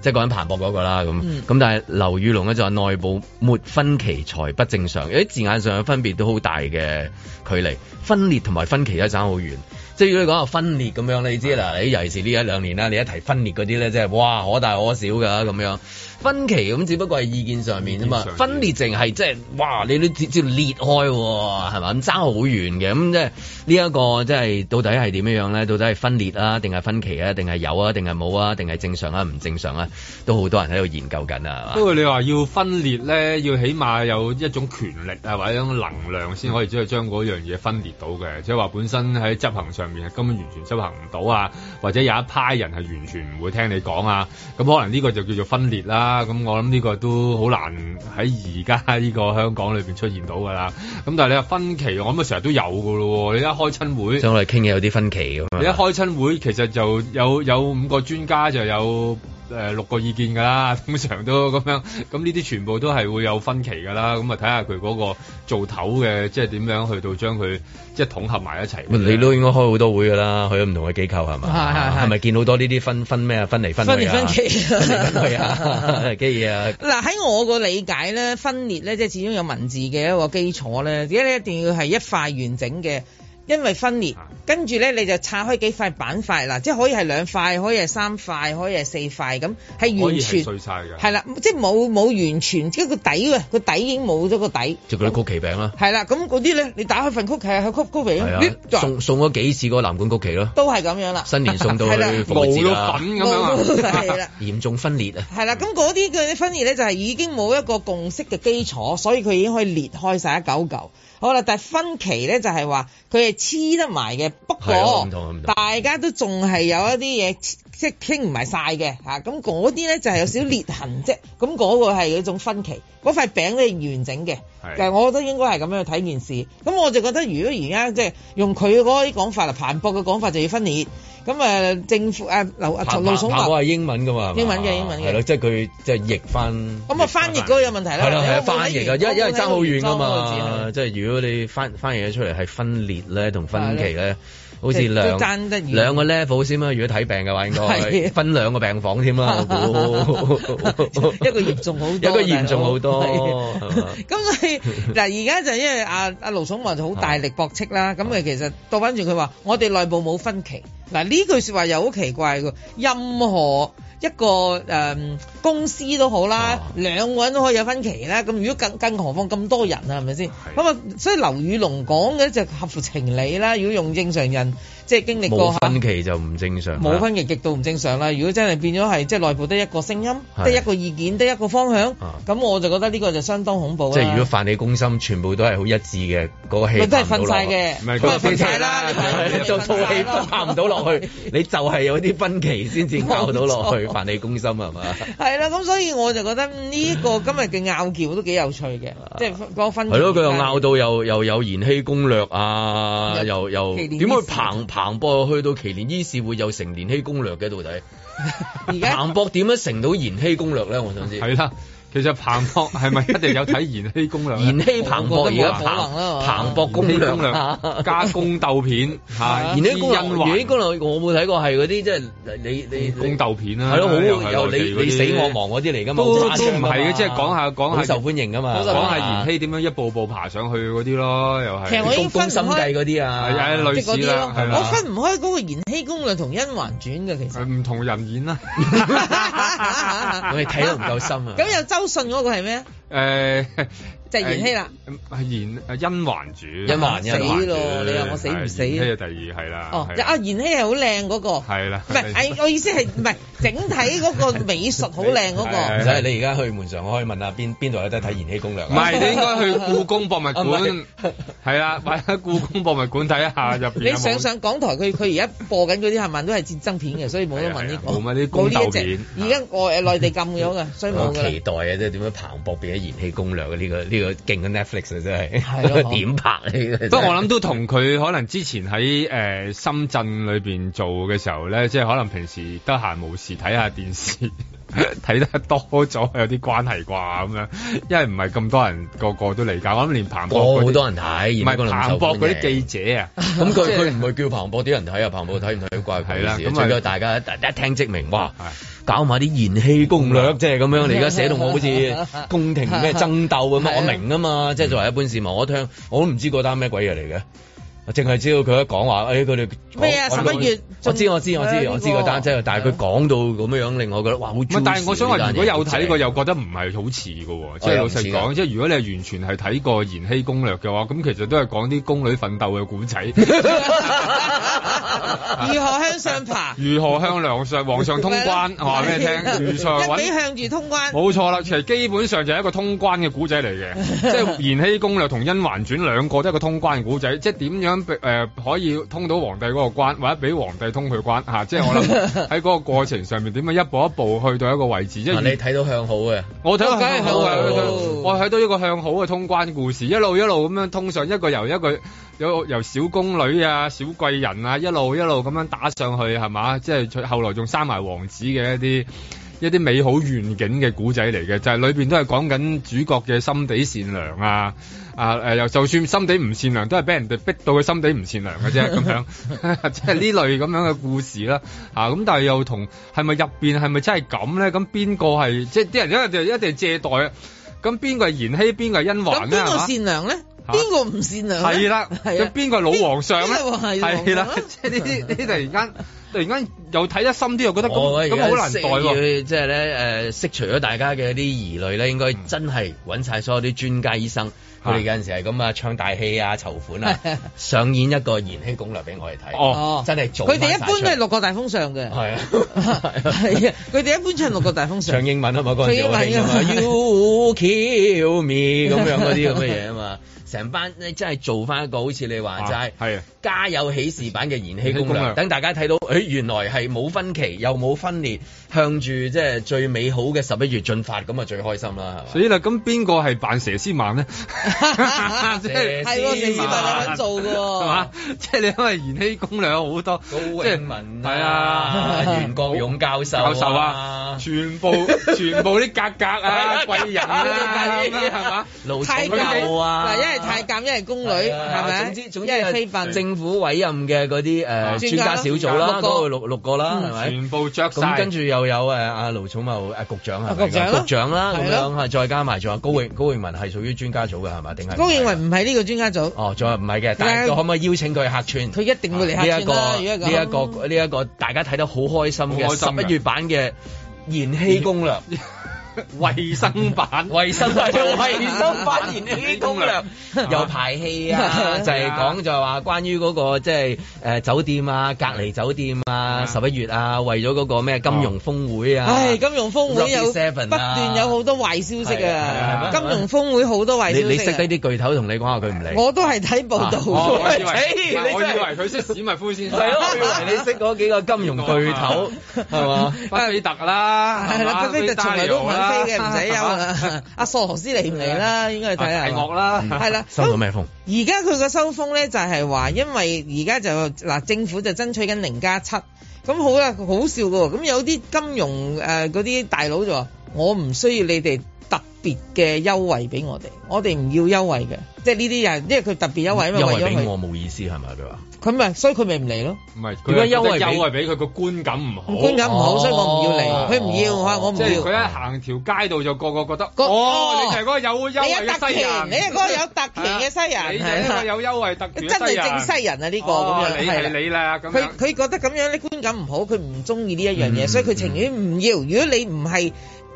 Speaker 2: 即係講緊彭博嗰個啦咁。咁、
Speaker 4: 嗯
Speaker 2: 但係劉宇龍咧就話內部沒分歧才不正常，有啲字眼上嘅分別都好大嘅距離，分裂同埋分歧都爭好遠。即即係如果你講話分裂咁樣，你知
Speaker 4: 嗯
Speaker 2: 嗱，你尤其是呢一兩年啦，你一提分裂嗰啲咧，即係哇可大可小㗎咁樣。分歧咁只不過係意見上面啫嘛
Speaker 3: 意見，上面
Speaker 2: 分裂淨係即係哇你都直接裂開喎，係嘛咁爭好遠嘅咁即係呢一個即係到底係點樣樣咧？到底係分裂啊，定係分歧啊，定係有啊，定係冇啊，定係正常啊，唔正常啊，都好多人喺度研究緊啊，係
Speaker 3: 不
Speaker 2: 嘛？
Speaker 3: 過你話要分裂咧，要起碼有一種權力啊，或者一種能量先可以即係將嗰樣嘢分裂到嘅。即係話本身喺執行上面係根本完全執行唔到啊，或者有一派人係完全唔會聽你講啊。咁可能呢個就叫做分裂啦。咁我諗呢個都好難喺而家呢個香港裏邊出現到㗎啦。咁但係你話分歧，我諗成日都有㗎咯喎。你一開親會。
Speaker 2: 所以我哋傾嘅有啲分歧咁啊
Speaker 3: 你一
Speaker 2: 樣。
Speaker 3: 開親會，其實就有有五個專家就有誒、呃六個意見㗎啦， 通常都咁樣。咁呢啲全部都係會有分歧㗎啦。咁啊睇下佢嗰個做頭嘅，即係點樣去到將佢即係統合埋一齊。
Speaker 2: 啊你都應該開好多會㗎啦，去咗唔同嘅機構係嘛？
Speaker 4: 係係係
Speaker 2: 咪見好多呢啲分分咩啊？分嚟分去啊
Speaker 4: 分裂分歧
Speaker 2: 分嚟分去啊，嘅嘢啊，
Speaker 4: 嗱喺我個理解咧，分裂咧即係始終有文字嘅一個基礎咧，而家你一定要係一塊完整嘅，因為分裂
Speaker 3: 啊，
Speaker 4: 跟住咧你就拆開幾塊板塊嗱，即係可以係兩塊，可以係三塊，可以係四塊咁，係
Speaker 3: 可
Speaker 4: 完
Speaker 3: 以係
Speaker 4: 全
Speaker 3: 碎晒㗎。
Speaker 4: 係啦，即係冇冇完全，即係個底啊，個底已經冇咗個底，
Speaker 2: 就嗰啲曲奇餅啦。
Speaker 4: 係啦，咁嗰啲咧你打開份曲奇係曲曲
Speaker 2: 係
Speaker 4: 嚟
Speaker 2: 啊，，送送咗幾次嗰個藍罐曲奇咯，
Speaker 4: 都係咁樣啦，
Speaker 2: 新年送到
Speaker 4: 係啦
Speaker 2: 去啊復活節
Speaker 3: 冇
Speaker 2: 啦
Speaker 3: 咗，粉咁樣啊
Speaker 4: 冇係啦。
Speaker 2: 嚴重分裂啊！
Speaker 4: 係啦，咁嗰啲嘅分裂咧就係已經冇一個共識嘅基礎，所以佢已經可以裂開晒一嚿嚿。好啦，但係分歧咧就係話佢係黐得埋嘅，不
Speaker 2: 係啊
Speaker 4: 過
Speaker 2: 唔同唔同
Speaker 4: 大家都仲係有一啲嘢即係傾唔埋晒嘅嚇，咁嗰啲咧就係有少少裂痕啫，咁嗰個係一種分歧，嗰塊餅咧係完整嘅。
Speaker 3: 係
Speaker 4: 但係我覺得應該係咁樣去睇件事。咁我就覺得，如果而家即係用佢嗰啲講法啦，彭博嘅講法就要分裂。咁誒、呃政府誒劉啊
Speaker 2: 彭
Speaker 4: 盧
Speaker 2: 彭
Speaker 4: 寵
Speaker 2: 彭
Speaker 4: 茂
Speaker 2: 博係英文噶嘛？係嘛
Speaker 4: 英文嘅英文嘅
Speaker 2: 係咯，即係佢即係譯翻。
Speaker 4: 咁啊，翻譯嗰個有問題啦。
Speaker 2: 係啦，係啊，翻譯啊，因為因為爭好遠噶
Speaker 4: 㗎啊
Speaker 2: 嘛，即係如果你翻翻譯咗出嚟係分裂咧同分歧咧，好似兩
Speaker 4: 都爭得遠
Speaker 2: 兩個 level 先啦。如果睇病嘅話，應
Speaker 4: 係
Speaker 2: 該
Speaker 4: 啊
Speaker 2: 分兩個病房添啦，我估
Speaker 4: 一個嚴重好 多
Speaker 2: 一個嚴重好多
Speaker 4: 大佬
Speaker 2: 係嘛啊
Speaker 4: 咁 所以嗱，而家就因為阿阿盧寵茂就好大力駁斥
Speaker 2: 啊
Speaker 4: 啦。咁誒，其實倒翻轉佢話，我哋內部冇分歧。嗱呢句説話又好奇怪㗎。任何一個誒、嗯公司都好啦
Speaker 2: 啊，
Speaker 4: 兩個人都可以有分歧啦。咁如果更更何況咁多人啊，係咪先？
Speaker 3: 係
Speaker 4: 咁啊，所以劉宇龍講嘅就合乎情理啦。如果用正常人即係經歷過
Speaker 2: 冇分歧就唔正常啦。啊
Speaker 4: 冇分歧極度唔正常啦！如果真係變咗係即係內部得一個聲音，
Speaker 2: 係
Speaker 4: 得一個意見，得一個方向
Speaker 2: 啊，
Speaker 4: 咁我就覺得呢個就相當恐怖啦。啊
Speaker 2: 即係如果泛起攻心，全部都係好一致嘅，嗰個氣
Speaker 4: 咪都係
Speaker 2: 拍唔
Speaker 4: 瞓
Speaker 2: 到
Speaker 4: 晒
Speaker 2: 落
Speaker 4: 嘅，
Speaker 3: 唔係
Speaker 4: 都係
Speaker 3: 佢
Speaker 4: 瞓晒啦，你
Speaker 3: 係
Speaker 4: 咪
Speaker 2: 就套戲都拍唔到落 去，你就係有啲分歧先至搞到落去，
Speaker 4: 冇錯
Speaker 2: 泛起攻心係嘛？
Speaker 4: 係啦，咁所以我就覺得呢個今日嘅拗撬都幾有趣嘅，即係嗰個分歧
Speaker 2: 啊係咯，佢又拗到又又有延禧攻略啊，又
Speaker 4: 又
Speaker 2: 又
Speaker 4: 祁連
Speaker 2: 點會
Speaker 4: 醫事
Speaker 2: 彭彭博去到祁連醫事會有成延禧攻略嘅到底？
Speaker 4: 而家啊
Speaker 2: 彭博點樣成到延禧攻略咧？我想知。
Speaker 3: 係啦，其實彭博 係咪一定有睇《延禧攻略》啊呢？
Speaker 2: 延禧彭博而家
Speaker 4: 我覺得冇可能
Speaker 2: 彭
Speaker 4: 啦
Speaker 2: 彭博攻略啊
Speaker 3: 加宮 鬥片嚇，
Speaker 2: 延禧攻
Speaker 3: 知恩
Speaker 2: 略，
Speaker 3: 還
Speaker 2: 延禧攻略我冇睇過，係嗰啲即係你你
Speaker 3: 宮鬥片啦
Speaker 2: 係咯，好
Speaker 3: 又係
Speaker 2: 有
Speaker 3: 內
Speaker 2: 你
Speaker 3: 地嗰啲
Speaker 2: 你死我亡嗰啲嚟㗎嘛，
Speaker 3: 都
Speaker 2: 好誇張啊㗎嘛
Speaker 3: 都唔係嘅即係講下講下
Speaker 2: 好受歡迎㗎嘛，
Speaker 3: 啊講下延禧點樣一步步爬上去嗰啲咯，又係。
Speaker 4: 啊其實我已經
Speaker 2: 攻攻
Speaker 4: 分唔
Speaker 2: 心計
Speaker 4: 開
Speaker 2: 嗰啲
Speaker 3: 係啊
Speaker 2: 啊，
Speaker 4: 即係
Speaker 3: 類
Speaker 4: 嗰
Speaker 3: 似
Speaker 4: 啲
Speaker 3: 啦
Speaker 4: 咯，，
Speaker 3: 係啦，
Speaker 4: 我分唔開嗰個《延禧攻略》同《甄嬛傳》嘅其
Speaker 2: 啊
Speaker 4: 實。
Speaker 3: 係唔同人 演啦。
Speaker 2: 我哋睇得唔夠深啊。
Speaker 4: 咁有周迅嗰個係咩？
Speaker 3: 誒
Speaker 4: 就係延禧啦，
Speaker 3: 誒係延誒甄嬛傳，
Speaker 2: 甄嬛甄嬛
Speaker 4: 死咯你話我死唔死
Speaker 3: 係
Speaker 4: 啊
Speaker 3: 延禧啊第二係啦，
Speaker 4: 哦，
Speaker 3: 係
Speaker 4: 就
Speaker 3: 啦
Speaker 4: 啊，延禧係好靚嗰個，
Speaker 3: 係啦
Speaker 4: 唔係，哎我意思係唔係整體嗰個美術好靚嗰
Speaker 3: 係
Speaker 2: 唔
Speaker 4: 個，
Speaker 2: 使，你而家去門上可以問下邊邊度有得睇《延禧攻略》啊？
Speaker 3: 唔係，你應該去故宮博 物
Speaker 4: 哦
Speaker 2: 啊唔係
Speaker 3: 館，係啦，或者故宮博物館睇一下入邊有冇。
Speaker 4: 你上上港台佢佢而家播緊嗰啲係咪都係戰爭片嘅，所以冇得問呢
Speaker 3: 係啊係
Speaker 4: 個，
Speaker 3: 啊冇乜啲
Speaker 4: 冇呢一
Speaker 3: 宮鬥片
Speaker 4: 隻，而家我呃誒內地禁咗 嘅，所以
Speaker 2: 我
Speaker 4: 冇㗎
Speaker 2: 期
Speaker 4: 啦。
Speaker 2: 待啊！即係點樣彭博變咗《延禧攻略》啊？呢個呢個勁嘅 Netflix 啊！真
Speaker 4: 係
Speaker 2: 係
Speaker 4: 咯
Speaker 2: 點拍啊呢個？
Speaker 3: 不過我諗都同佢可能之前喺誒、呃深圳裏邊做嘅時候咧，即係可能平時得閒無事睇下電視， 睇得多咗有啲關係啩咁樣，因為唔係咁多人個個都理解，我諗連彭博
Speaker 2: 我
Speaker 3: 嗰啲
Speaker 2: 哦好多人睇，
Speaker 3: 唔
Speaker 2: 唔係
Speaker 3: 係彭博嗰啲記者啊，
Speaker 2: 咁佢佢唔會叫彭博啲人睇啊，彭博睇唔睇都怪佢
Speaker 3: 係啦
Speaker 2: 事。
Speaker 3: 咁啊啊
Speaker 2: 最緊大家一一聽即明，哇
Speaker 3: 係！
Speaker 2: 搞埋啲延禧攻略，即係咁
Speaker 3: 啊
Speaker 2: 樣。你而家寫到我好 似宮廷咩爭鬥咁
Speaker 4: 係
Speaker 2: 啊，
Speaker 4: 啊
Speaker 2: 我明啊嘛。即係作為一般市民，我一聽我都唔知嗰單咩鬼嘢嚟嘅。我淨係知道佢一講話，誒佢哋講
Speaker 4: 咩啊
Speaker 2: 我
Speaker 4: 11月
Speaker 2: 我知我知
Speaker 3: 啊
Speaker 2: 我
Speaker 4: 仲
Speaker 2: 知
Speaker 4: 有
Speaker 2: 我
Speaker 4: 呢
Speaker 2: 知
Speaker 4: 個
Speaker 2: 嗰單真係，但係佢講到咁樣，令我覺得哇好 juicy
Speaker 3: 唔係，啊但係我想話，如果有睇
Speaker 2: 呢單嘢
Speaker 3: 過，又覺得唔係好似嘅喎，
Speaker 2: 我
Speaker 3: 即係
Speaker 2: 又
Speaker 3: 老
Speaker 2: 唔似啊
Speaker 3: 實
Speaker 2: 㗎
Speaker 3: 講，即係如果你係完全係睇過《延禧攻略》嘅話，咁其實都係講啲宮女奮鬥嘅古仔，
Speaker 4: 如何向上爬？啊
Speaker 3: 如何向梁上皇上通 關，我話俾你 聽，如上
Speaker 4: 一
Speaker 3: 揾
Speaker 4: 味向住通關。
Speaker 3: 冇錯啦，其實基本上就係一個通關嘅古仔嚟嘅，即係《延禧攻略》同《甄嬛傳》兩個都係一個通關嘅古仔，即係點樣誒、呃可以通到皇帝嗰個關，或者俾皇帝通佢關嚇、啊即係我諗喺嗰個過程上面點樣一步一步去到一個位置，即
Speaker 2: 嗱啊你
Speaker 3: 係
Speaker 2: 睇到向好嘅，
Speaker 3: 我睇到
Speaker 4: 梗係
Speaker 3: 向好嘅
Speaker 2: 向好
Speaker 3: 我睇到一個向好嘅通關故事，一路一路咁樣通上一個由一個由由小宮女啊、小貴人啊，一路一路咁樣打上去係嘛？即係最後來仲生埋王子嘅一啲。一啲美好願景嘅古仔嚟嘅，就係裏邊都係講緊主角嘅心地善良啊，啊誒又就算心地唔善良，都係俾人哋逼到佢心地唔善良嘅 啫，咁樣 即係呢類咁樣嘅故事啦，啊咁但係又同係咪入邊係咪真係咁咧？咁邊個係即係啲人一定一定借代啊？咁邊個係延禧，邊個係甄
Speaker 4: 咁
Speaker 3: 嬛咧？
Speaker 4: 邊
Speaker 3: 啊係
Speaker 4: 個
Speaker 3: 嘛
Speaker 4: 善良咧？
Speaker 3: 嚇
Speaker 4: 邊個唔善良呢？
Speaker 3: 係啦，
Speaker 4: 係
Speaker 3: 咁
Speaker 4: 啊，
Speaker 3: 邊個係老皇上咧？
Speaker 4: 邊邊個係老
Speaker 3: 係啦
Speaker 4: 皇上啊，
Speaker 3: 即係呢啲 呢啲突然間突然間又睇得深啲，又覺得
Speaker 2: 我
Speaker 4: 哦
Speaker 3: 咁
Speaker 2: 覺得而
Speaker 3: 咁
Speaker 2: 家
Speaker 3: 好難代喎。
Speaker 2: 要即係咧誒，釋除咗大家嘅一啲疑慮咧，應該真係揾晒所有啲專家醫生，佢哋有陣時係咁啊，唱大戲啊，籌款啊，上演一個延禧攻略俾我哋睇。
Speaker 3: 哦，
Speaker 2: 真係做
Speaker 4: 佢哋
Speaker 2: 翻晒
Speaker 4: 一般
Speaker 2: 出
Speaker 4: 都係 六個大風上嘅，
Speaker 2: 係啊
Speaker 4: 係啊，佢哋一般唱六個大風上
Speaker 2: 唱。英文啊嘛，嗰陣時好興啊嘛
Speaker 4: 唱英文㗎嘛
Speaker 2: ，You kill me 咁樣嗰啲咁嘅嘢啊嘛，成班咧真係做翻一個好似你話 齋
Speaker 3: 啊，係啊
Speaker 2: 家有喜事版嘅延禧攻
Speaker 3: 延禧攻
Speaker 2: 略，
Speaker 3: 略
Speaker 2: 等大家睇到，誒原來係冇分歧又冇分裂，向住即係最美好嘅十一月進發，咁啊最開心啦，係
Speaker 3: 死
Speaker 2: 嘛？
Speaker 3: 啦！咁邊個係扮佘詩 曼咧？
Speaker 2: 佘詩曼
Speaker 3: 即係
Speaker 4: 係喎，成市咪有份做嘅
Speaker 3: 係
Speaker 4: 喎
Speaker 3: 嘛。？即係你因為延禧攻略有好多，
Speaker 2: 高
Speaker 3: 即
Speaker 2: 永文
Speaker 3: 係
Speaker 2: 啊
Speaker 3: 啊，
Speaker 2: 袁國勇教授
Speaker 3: 教授
Speaker 2: 啊哎
Speaker 3: 啊，全部全部啲格格啊，貴人啊，咁樣係嘛？
Speaker 2: 老
Speaker 4: 太
Speaker 2: 總
Speaker 4: 監
Speaker 2: 啊，
Speaker 4: 嗱，一係太監，一係宮女，係咪？
Speaker 2: 哎總之總
Speaker 4: 一
Speaker 2: 之
Speaker 4: 係妃嬪。
Speaker 2: 政府委任嘅嗰啲誒專
Speaker 4: 專
Speaker 2: 家
Speaker 4: 家
Speaker 2: 小組啦，嗯
Speaker 4: 六個
Speaker 2: 嗰個六六個啦，係咪？
Speaker 3: 全部着
Speaker 2: 咁
Speaker 3: 晒。
Speaker 2: 跟住又有誒阿盧寵茂呃誒局長係咪
Speaker 4: 啊局長啦
Speaker 2: 局長啦咁
Speaker 4: 係
Speaker 2: 樣
Speaker 4: 咯嗯
Speaker 2: 係再加埋仲有高永高永文係屬於專家組嘅係咪？定係唔係啊
Speaker 4: 高永文唔係呢個專家組，
Speaker 2: 哦，仲有唔係嘅，但係
Speaker 4: 但係
Speaker 2: 可唔可以邀請佢客串？
Speaker 4: 佢一定會嚟客
Speaker 2: 呢一
Speaker 4: 串啦。
Speaker 2: 個
Speaker 4: 如果
Speaker 2: 呢一個呢一個大家睇得好開心
Speaker 3: 好
Speaker 2: 嘅
Speaker 3: 開心
Speaker 4: 啊
Speaker 3: 嘅
Speaker 2: 十一月版嘅延禧攻 略。
Speaker 3: 衛生版，
Speaker 2: 衞生係衞生發現呢啲攻
Speaker 4: 啊
Speaker 2: 略，又排氣啊， 就係講就係話關於嗰個即係誒酒店啊、隔離酒店啊、十一月啊，為咗嗰個咩金融峰會啊，
Speaker 4: 唉，金融峰會
Speaker 2: Lucky
Speaker 4: 有
Speaker 2: Seven 啊
Speaker 4: 不斷有好多壞消息
Speaker 2: 係啊
Speaker 4: 啊！
Speaker 2: 係啊
Speaker 4: 金融峰會好多壞消
Speaker 2: 你你
Speaker 4: 息啊。
Speaker 2: 識得啲巨頭同你講下佢唔理，
Speaker 4: 我都係睇報道
Speaker 2: 啊
Speaker 3: 哦 我以
Speaker 2: 嘿你真係
Speaker 3: 為我以為佢識史密夫先生，
Speaker 2: 係咯，我以為你識嗰幾個金融巨 頭係嘛？
Speaker 3: 巴菲特啦，
Speaker 4: 係啦，
Speaker 2: 啊
Speaker 3: 係嘛
Speaker 4: 巴菲特從來都唔肯飛嘅，唔使憂
Speaker 3: 係嘛
Speaker 4: 啦。 阿索羅斯嚟唔嚟
Speaker 2: 啊
Speaker 4: 啦？應該去睇下。嗯
Speaker 3: 大鱷啦，
Speaker 4: 係啦，
Speaker 2: 收到咩風？
Speaker 4: 而家佢個收風咧就係話，因為而家就嗱政府就爭取緊零加七，咁好啦，好笑嘅喎。咁有啲金融誒嗰啲大佬就話：我唔需要你哋特別嘅優惠俾我哋，我哋唔要優惠嘅，即係呢啲人，因為佢特別優惠啊嘛，
Speaker 3: 嗯
Speaker 2: 因為
Speaker 4: 為
Speaker 2: 俾
Speaker 4: 咗
Speaker 2: 我冇意思係咪？佢話
Speaker 4: 佢，佢咪所以佢咪唔嚟咯，
Speaker 3: 唔係
Speaker 2: 點
Speaker 3: 佢
Speaker 2: 解優
Speaker 3: 優
Speaker 2: 惠俾
Speaker 3: 惠優惠俾佢個觀感唔好，
Speaker 4: 觀感唔好，所以我唔要
Speaker 2: 哦
Speaker 4: 嚟，佢唔要，我話我唔
Speaker 3: 哦即係佢
Speaker 4: 要。
Speaker 3: 一行條街度就個個覺得，
Speaker 4: 個
Speaker 3: 哦，你就係嗰個有優惠
Speaker 4: 你有特
Speaker 3: 嘅西
Speaker 4: 權，
Speaker 3: 人，
Speaker 4: 你係嗰個有特權嘅西
Speaker 3: 係啊你就
Speaker 4: 人，
Speaker 3: 係一個
Speaker 4: 係啊
Speaker 3: 有優惠特權
Speaker 4: 真
Speaker 3: 嘅西
Speaker 4: 係
Speaker 3: 人，
Speaker 4: 正西人啊！呢個咁
Speaker 3: 哦
Speaker 4: 樣
Speaker 3: 你
Speaker 4: 係
Speaker 3: 係
Speaker 4: 啦
Speaker 3: 你啦，咁
Speaker 4: 佢
Speaker 3: 樣
Speaker 4: 佢覺得咁樣咧觀感唔好，佢唔中意呢一樣
Speaker 2: 嗯
Speaker 4: 嘢，所以佢情願唔要。如果你唔係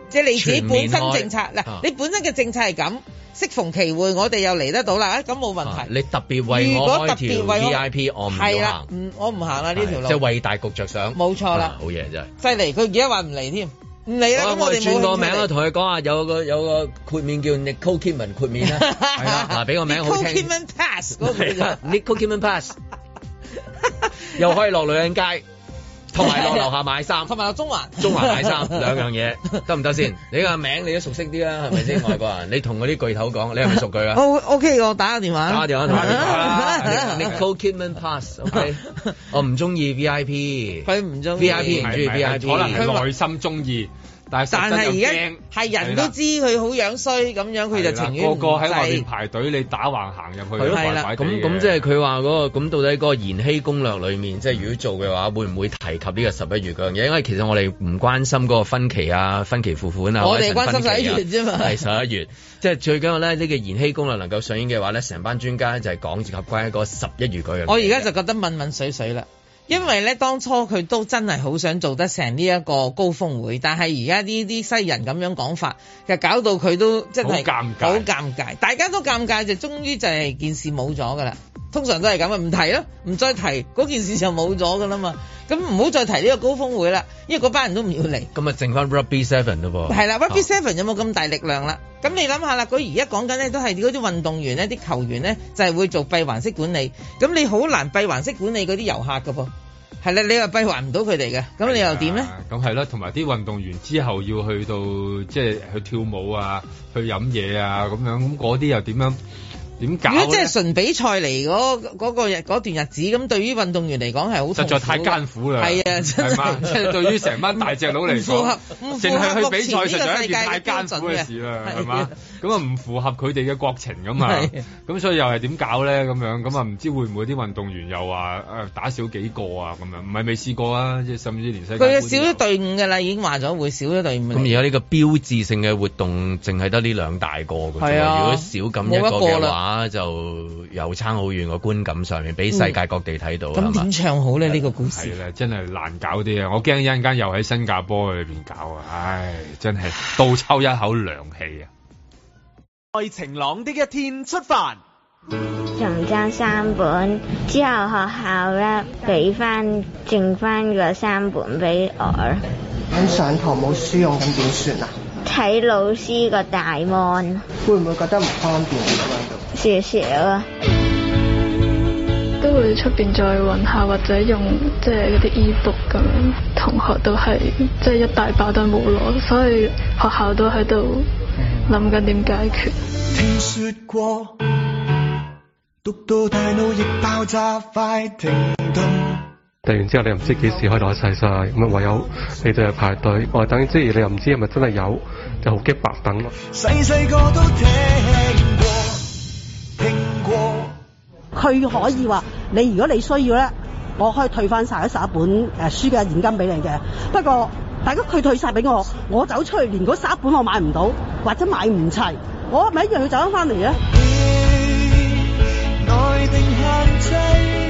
Speaker 4: 即係你自己
Speaker 2: 全
Speaker 4: 本
Speaker 2: 面
Speaker 4: 身
Speaker 2: 開
Speaker 4: 政策
Speaker 2: 啊
Speaker 4: 嗱，你本身嘅政策係咁，適逢其會，我哋又嚟得到啦，咁冇問
Speaker 2: 啊
Speaker 4: 題。
Speaker 2: 你特別為
Speaker 4: 如
Speaker 2: 我
Speaker 4: 果
Speaker 2: 開
Speaker 4: 特別
Speaker 2: 條
Speaker 4: 為我
Speaker 2: V I P，我唔
Speaker 4: 係
Speaker 2: 要
Speaker 4: 啦
Speaker 2: 行，，
Speaker 4: 唔我唔行啦呢條
Speaker 2: 即係
Speaker 4: 路，
Speaker 2: 為大局着想。
Speaker 4: 冇錯啦
Speaker 2: 啊好嘢真係。
Speaker 4: 犀利！佢而家話唔嚟添，唔嚟啦，咁
Speaker 2: 我
Speaker 4: 我
Speaker 2: 哋
Speaker 4: 哋冇
Speaker 2: 轉個
Speaker 4: 興趣
Speaker 2: 名啦，
Speaker 4: 嚟
Speaker 2: 同佢講下啊有個有個豁免叫 Nicole Kidman 豁免 啦，係啦， 嗱俾個名好
Speaker 4: Nicole
Speaker 2: 聽
Speaker 4: Kidman Pass 嗰個
Speaker 2: 係啦
Speaker 4: 叫
Speaker 2: ，Nicole Kidman Pass
Speaker 4: 做
Speaker 2: 又可以落女人街，同埋落樓下買衫，
Speaker 4: 同埋有中環，
Speaker 2: 中環買衫 兩樣嘢得唔得先？你個名你都熟悉啲啦，係咪先？外國人，你同嗰啲巨頭講，你係咪熟佢啊？
Speaker 4: O O K，我打個電話。。
Speaker 2: 打個電話同佢講啦 啊 Nicole Kidman Pass，OK，我唔中意 VIP，VIP
Speaker 4: 佢唔中意。
Speaker 2: 唔中意 VIP，
Speaker 3: 可能係內心中意，但係
Speaker 4: 但係而家
Speaker 3: 係
Speaker 4: 係人都知佢好樣衰咁樣，佢就情願
Speaker 3: 個
Speaker 4: 唔
Speaker 3: 個喺外面
Speaker 4: 制。
Speaker 3: 排隊，你打橫行入去
Speaker 2: 係咯
Speaker 3: 怪怪地
Speaker 2: 咁
Speaker 3: 嘅
Speaker 2: 咁即係佢話嗰個咁到底嗰個延禧攻略裏面，即係如果做嘅話，會唔會提及呢個十一月嗰樣嘢？因為其實我哋唔關心嗰個分期啊、分期付款啊，
Speaker 4: 我哋
Speaker 2: 或者成分期啊
Speaker 4: 關心十一月啫嘛
Speaker 2: 係十一月，即係最緊要咧呢個延禧攻略能夠上演嘅話咧，成班專家就係講及關於嗰十一月嗰樣嘢。
Speaker 4: 我而家就覺得問問水水啦。因為咧，當初佢都真係好想做得成呢一個高峰會，但係而家呢啲西人咁樣講法，就搞到佢都真係
Speaker 3: 好尷尬
Speaker 4: 好尷尬，大家都尷尬，就終於就係件事冇咗噶啦。通常都係咁啊，唔提咯，唔再提嗰件事就冇咗噶啦嘛。咁唔好再提呢個高峰會啦，因為嗰班人都唔要嚟。
Speaker 2: 咁啊，剩翻 Rugby Seven
Speaker 3: 哦
Speaker 2: 咯噃。
Speaker 4: 係啦，Rugby
Speaker 2: 啊
Speaker 4: Seven 有冇咁大力量啦？咁你諗下啦，佢而家講緊咧都係嗰啲運動員咧、啲球員咧就係、會做閉環式管理，咁你好難閉環式管理嗰啲遊客噶噃。係啦，你又閉環唔到佢哋嘅，咁你又點咧？
Speaker 3: 啊？咁係啦，同埋啲運動員之後要去到即係去跳舞啊，去飲嘢啊咁樣，咁嗰啲又點樣點搞
Speaker 4: 如
Speaker 3: 呢
Speaker 4: 果真係純比賽嚟嗰嗰個日嗰段日子，咁對於運動員嚟講係好
Speaker 3: 實在太艱苦啦，
Speaker 4: 係啊，真
Speaker 3: 係 嘛
Speaker 4: 係
Speaker 3: 即係對於成班大隻佬嚟
Speaker 4: 唔符
Speaker 3: 講
Speaker 4: 合唔，符
Speaker 3: 淨
Speaker 4: 合
Speaker 3: 係去
Speaker 4: 目
Speaker 3: 比賽
Speaker 4: 前呢
Speaker 3: 實
Speaker 4: 個
Speaker 3: 在係
Speaker 4: 世
Speaker 3: 一
Speaker 4: 界
Speaker 3: 件太
Speaker 4: 嘅標
Speaker 3: 艱
Speaker 4: 準
Speaker 3: 苦嘅
Speaker 4: 嘅
Speaker 3: 事啦，
Speaker 4: 係
Speaker 3: 係嘛
Speaker 4: 啊？
Speaker 3: 咁啊唔符合佢哋嘅國情咁啊
Speaker 4: 係，
Speaker 3: 咁所以又係點搞咧？咁樣咁啊唔知會唔會啲運動員又話誒打少幾個啊咁樣？唔係未試過啊，即係甚至連世界
Speaker 4: 佢
Speaker 3: 盃
Speaker 4: 嘅
Speaker 3: 都
Speaker 4: 少
Speaker 3: 有
Speaker 4: 咗隊伍㗎啦，已經話咗會少咗隊伍嚟。
Speaker 2: 咁而家呢個標誌性嘅活動，淨係得呢兩大個嘅啫喎。
Speaker 4: 係啊
Speaker 2: 如果少咁一個
Speaker 4: 冇一個
Speaker 2: 嘅話，
Speaker 4: 啦嗯
Speaker 2: 就又差好遠個觀感上面，俾世界各地睇到啦
Speaker 4: 咁
Speaker 2: 係嘛
Speaker 4: 點？唱好咧？呢個故事
Speaker 3: 係啦，真係難搞啲啊！我驚一陣間又喺新加坡裏邊搞啊！唉，真係倒抽一口涼氣啊！
Speaker 5: 在晴朗的一天出發。
Speaker 10: 仲爭三本，之後學校咧俾翻剩翻嗰三本俾我啦。
Speaker 11: 咁上堂冇書用咁點算啊？
Speaker 10: 睇老師個大 mon
Speaker 11: 會唔會覺得唔方便啊咁樣做？
Speaker 10: 少少啊，
Speaker 12: 都會出邊再揾下，或者用即係嗰啲 e-book 咁樣。同學都係即係一大包都係冇攞，所以學校都喺度諗緊點解決。
Speaker 7: 聽說過，讀到大腦亦爆炸，快停頓。
Speaker 13: 突然之後你又唔知幾時可以攞晒晒，咁啊唯有你就係排隊外等之餘，你又唔知係咪真係有，就好激白等咯。
Speaker 7: 細細個都聽過，聽過。
Speaker 14: 佢可以話你如果你需要咧，我可以退翻晒嗰十一本誒書嘅現金俾你嘅。不過大家佢退晒俾我，我走出去連嗰十一本我買唔到，或者買唔齊，我咪一樣要走翻翻嚟咧。
Speaker 7: 內定限制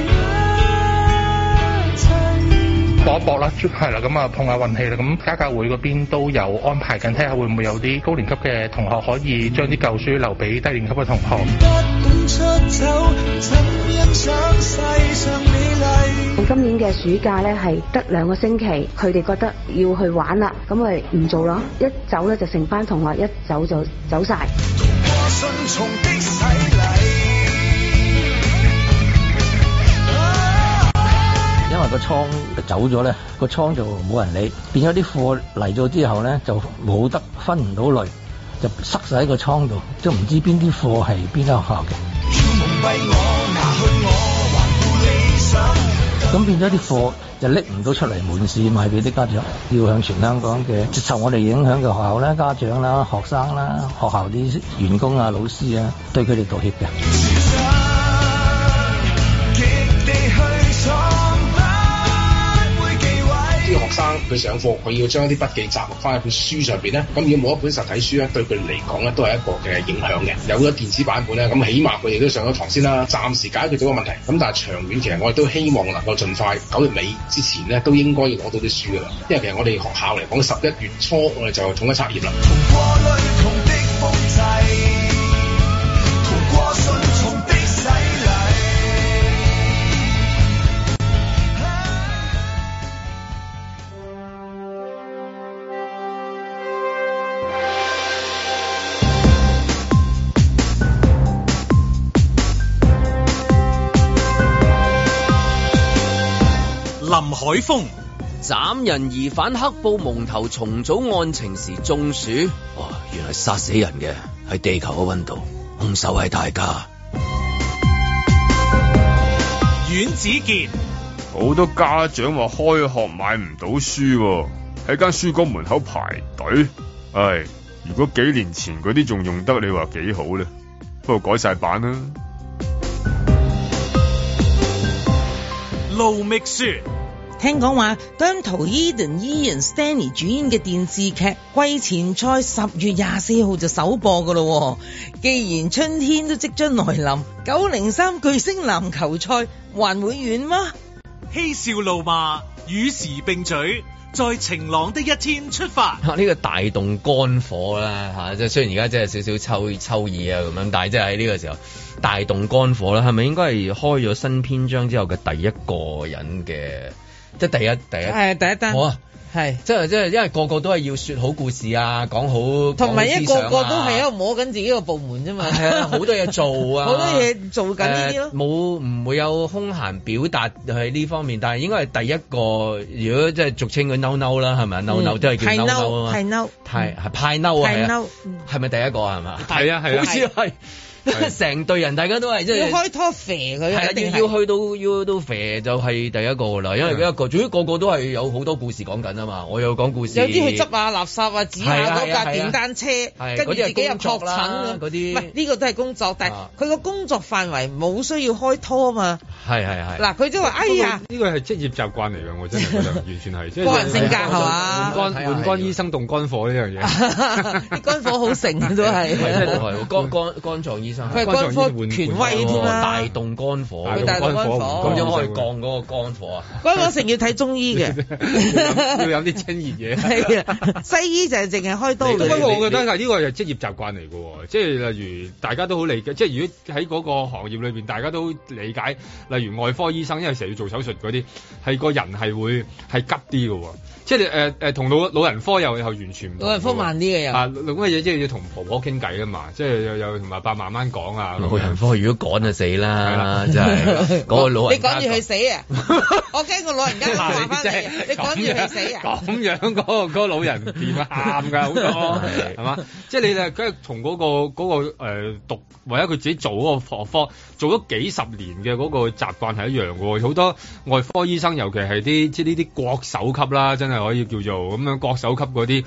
Speaker 7: 一切。
Speaker 6: 搏一搏啦，係啦，咁啊碰下運氣啦。咁家教會嗰邊都有安排緊，睇下會唔會有啲高年級嘅同學可以將啲舊書留俾低年級嘅同學。
Speaker 7: 不懂出走，怎欣賞世上美麗？
Speaker 15: 今年嘅暑假咧係得兩個星期，佢哋覺得要去玩啦，咁咪唔做咯。一走咧就成班同學一走就走晒。
Speaker 7: 過順從的洗禮。
Speaker 16: 因為個倉走咗咧，個倉就冇人理，變咗啲貨嚟咗之後咧就冇得分唔到類，就塞晒喺個倉度，都唔知邊啲貨係邊間學校嘅。咁變咗啲貨就拎唔到出嚟門市賣俾啲家長，要向全香港嘅受我哋影響嘅學校啦、家長啦、學生啦、學校啲員工啊、老師啊，對佢哋道歉嘅。
Speaker 17: 啲學生佢上課，佢要將啲筆記集錄翻喺本書上邊咧，咁如果冇一本實體書啊咧，對佢嚟講咧都係一個嘅影響嘅。有咗電子版本咧，咁起碼佢哋都上咗堂先啦，暫時解決到個問題。咁但係長遠其實我哋都希望能夠盡快九月尾之前咧，都應該要攞到啲書噶啦。因為其實我哋學校嚟講，十一月初我哋就統一測驗啦。
Speaker 1: 林海峰、
Speaker 18: 斬人疑犯黑布蒙頭重組案情時中暑，哦，原來殺死人嘅係地球嘅溫度，兇手係大家。
Speaker 1: 阮子健、
Speaker 19: 好多家長話開學買唔到書喎，喺間書館門口排隊。唉，如果幾年前嗰啲仲用得，你話幾好咧？不過改晒版啦。
Speaker 1: 路觅雪，
Speaker 4: 聽講話姜濤 Eden、Ian、Stanley 主演嘅電視劇《季前賽》十月廿四號就首播噶咯喎。既然春天都即將來臨，九零三巨星籃球賽還會遠嗎？
Speaker 1: 嬉笑怒罵，與時並舉，在晴朗的一天出發。
Speaker 2: 啊！呢、個大動肝火啦嚇，即係雖然而家即係少少秋秋意啊咁樣，但係即係喺呢個時候大動肝火啦，係咪應該係開咗新篇章之後嘅第一個人嘅，即係第一第一
Speaker 4: 誒，第一單
Speaker 2: 好啊！
Speaker 4: 係，
Speaker 2: 即係即係，因為個個都係要説好故事啊，講好
Speaker 4: 同埋一個個都係喺
Speaker 2: 啊，
Speaker 4: 度摸緊自己個部門啫嘛，
Speaker 2: 係啊，好多嘢做啊，
Speaker 4: 好多嘢做緊呢啲
Speaker 2: 誒
Speaker 4: 咯。
Speaker 2: 冇唔會有空閒表達喺呢方面，但係應該係第一個，如果即係俗稱佢嬲嬲啦，係咪啊？嬲
Speaker 4: 嗯
Speaker 2: 嬲都係叫嬲嬲啊嘛，
Speaker 4: 係嬲，
Speaker 2: 太係派嬲啊，
Speaker 4: 嗯太
Speaker 2: 係
Speaker 4: 嬲
Speaker 2: 啊，係咪第一個啊係嘛？
Speaker 3: 係啊係啊
Speaker 2: 好似係 成隊人大家都係即係
Speaker 4: 要開拖肥佢，
Speaker 2: 係啊
Speaker 4: 一定係
Speaker 2: 要要去到要到肥就係第一個㗎啦，因為一個，總之個個都係有好多故事講緊啊嘛，我有講故事，
Speaker 4: 有啲去執下垃圾啊，指下
Speaker 2: 係啊
Speaker 4: 嗰架
Speaker 2: 係啊
Speaker 4: 電單車，
Speaker 2: 啊
Speaker 4: 跟住
Speaker 2: 嗰啲係
Speaker 4: 自己又
Speaker 2: 工作
Speaker 4: 確診
Speaker 2: 啦
Speaker 4: 啊
Speaker 2: 嗰啲啊
Speaker 4: 唔係呢個都係工作，但係佢個工作範圍冇需要開拖啊嘛。
Speaker 2: 係係係。
Speaker 4: 嗱，佢都話：哎呀，
Speaker 3: 呢個係職業習慣嚟嘅，我真係覺 得完全係。即係
Speaker 4: 個人性格係啊嘛
Speaker 3: 換肝換肝醫生動肝火呢 樣嘢。
Speaker 4: 啲肝火好盛啊，都係。
Speaker 2: 係真係 喎肝肝肝臟醫生，哦
Speaker 4: 佢係肝科權威添啊啦
Speaker 2: 大動肝火，
Speaker 4: 佢大動肝火
Speaker 2: 咁有冇可以 降嗰個肝火啊？
Speaker 4: 肝火盛要睇中 醫嘅，
Speaker 3: 要飲啲清 熱嘢。
Speaker 4: 係啊，西醫就係淨係開刀
Speaker 3: 不過我
Speaker 4: 嘅。
Speaker 3: 覺得係呢個係職業習慣嚟嘅喎，即係例如大家都好理解，即係如果喺嗰個行業裏邊，大家都理解，例如外科醫生，因為成日要做手術嗰啲，係個人係會係急啲嘅喎，即係你誒誒同老老人科又又完全唔同
Speaker 4: 老人科慢啲嘅又
Speaker 3: 啊，咁嘅嘢即係要同婆婆傾偈啊嘛，即係又又同埋爸慢慢講啊，
Speaker 2: 老人科如果趕就死啦，真 係嗰個老
Speaker 4: 你
Speaker 2: 人家
Speaker 4: 趕住去死啊！我驚個老人家會話 翻你啊！你趕住去死啊！
Speaker 3: 咁樣嗰、個嗰個老人掂啊喊 㗎，好多係嘛？即係你哋梗係從嗰個嗰、個誒讀或者佢自己做嗰個科科做咗幾十年嘅嗰個習慣係一樣嘅喎。好多外科醫生，尤其係啲即係呢啲國手級啦，真係可以叫做咁樣國手級嗰啲。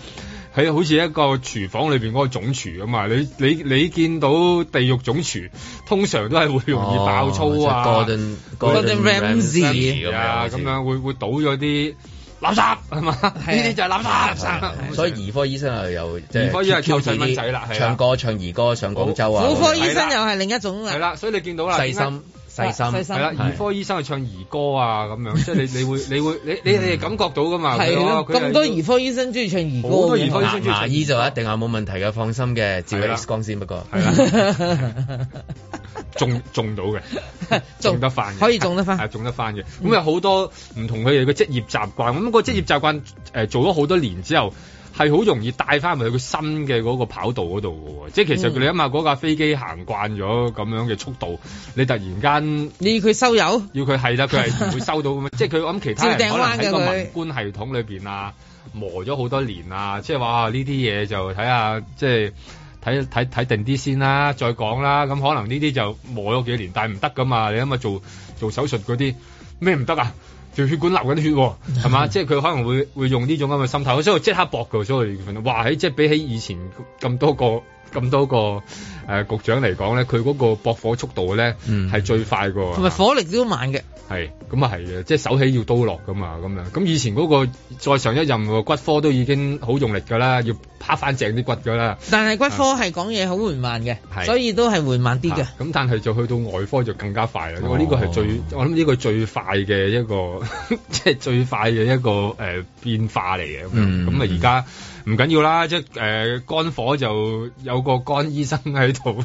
Speaker 3: 喺好似一個廚房裏邊嗰個總廚咁啊！你你你見到地獄總廚，通常都係會容易爆粗啊、
Speaker 2: 哦即係 Gordon- Gordon Ramsay 咁樣
Speaker 3: 啊，咁樣會會倒咗啲垃 圾係嘛？呢啲就係垃圾垃 圾。
Speaker 2: 所以兒科醫生又有即係
Speaker 3: 兒科醫生係
Speaker 2: Q
Speaker 3: 湊細蚊仔啦係啦啊
Speaker 2: 唱歌唱兒歌上廣州啊，
Speaker 4: 婦科醫
Speaker 2: 係啦
Speaker 4: 生又係另一種啊啦。係
Speaker 3: 啦，所以你見到啦啊
Speaker 2: 細心細心
Speaker 3: 係啦，兒科醫生去唱兒歌啊，咁樣即係你你會你會你你你係感覺到噶嘛？
Speaker 4: 係咯，
Speaker 3: 佢話佢
Speaker 4: 咁多兒科醫生中意唱兒歌嘅。
Speaker 2: 牙牙醫就一定係冇問題嘅，放心嘅，照
Speaker 3: 啊
Speaker 2: X 光先不過。
Speaker 3: 中中到嘅，中得翻嘅，
Speaker 4: 可以中得翻，
Speaker 3: 係中得翻嘅。咁有好多唔同佢哋嘅職業習慣，咁、個職業習慣誒、呃做咗好多年之後。係好容易帶翻去佢新嘅嗰個跑道嗰度嘅喎，即係其實佢
Speaker 4: 嗯
Speaker 3: 你諗下嗰架飛機行慣咗咁樣嘅速度，你突然間
Speaker 4: 你要佢收油，
Speaker 3: 要佢係啦，佢係唔會收到咁啊樣，即係佢我諗其他人
Speaker 4: 照掟
Speaker 3: 可能
Speaker 4: 彎嘅
Speaker 3: 喺個
Speaker 4: 佢
Speaker 3: 文官系統裏邊啊，磨咗好多年啊，即係話呢啲嘢就睇下即係。睇睇睇定啲先啦，再講啦。咁可能呢啲就磨咗幾年，但係唔得噶嘛。你諗下做做手術嗰啲咩唔得啊？條血管流緊血喎，係嘛？即係佢可能會會用呢種咁嘅心態，所以我即刻搏㗎。所以我哋哇！喺即係比起以前咁多個咁多個誒、呃局長嚟講咧，佢嗰個搏火速度咧係、最快㗎喎。
Speaker 2: 啊
Speaker 4: 同埋火力都慢嘅。
Speaker 3: 係，咁啊係嘅，即係手起要刀落噶嘛，咁樣。咁以前嗰、個再上一任個骨科都已經好用力㗎啦，要拍翻正啲骨㗎啦。
Speaker 4: 但係骨科
Speaker 2: 啊
Speaker 4: 係講嘢好緩慢嘅
Speaker 3: 係，
Speaker 4: 所以都係緩慢啲嘅
Speaker 3: 啊。咁但係就去到外科就更加快啦，因為呢個係最，
Speaker 2: 哦
Speaker 3: 我諗呢個最快嘅一個，即係最快嘅一個誒、呃、變化嚟嘅。咁樣
Speaker 2: 嗯
Speaker 3: 咁啊而家唔緊要啦，即係誒、呃肝火就有個肝醫生喺度，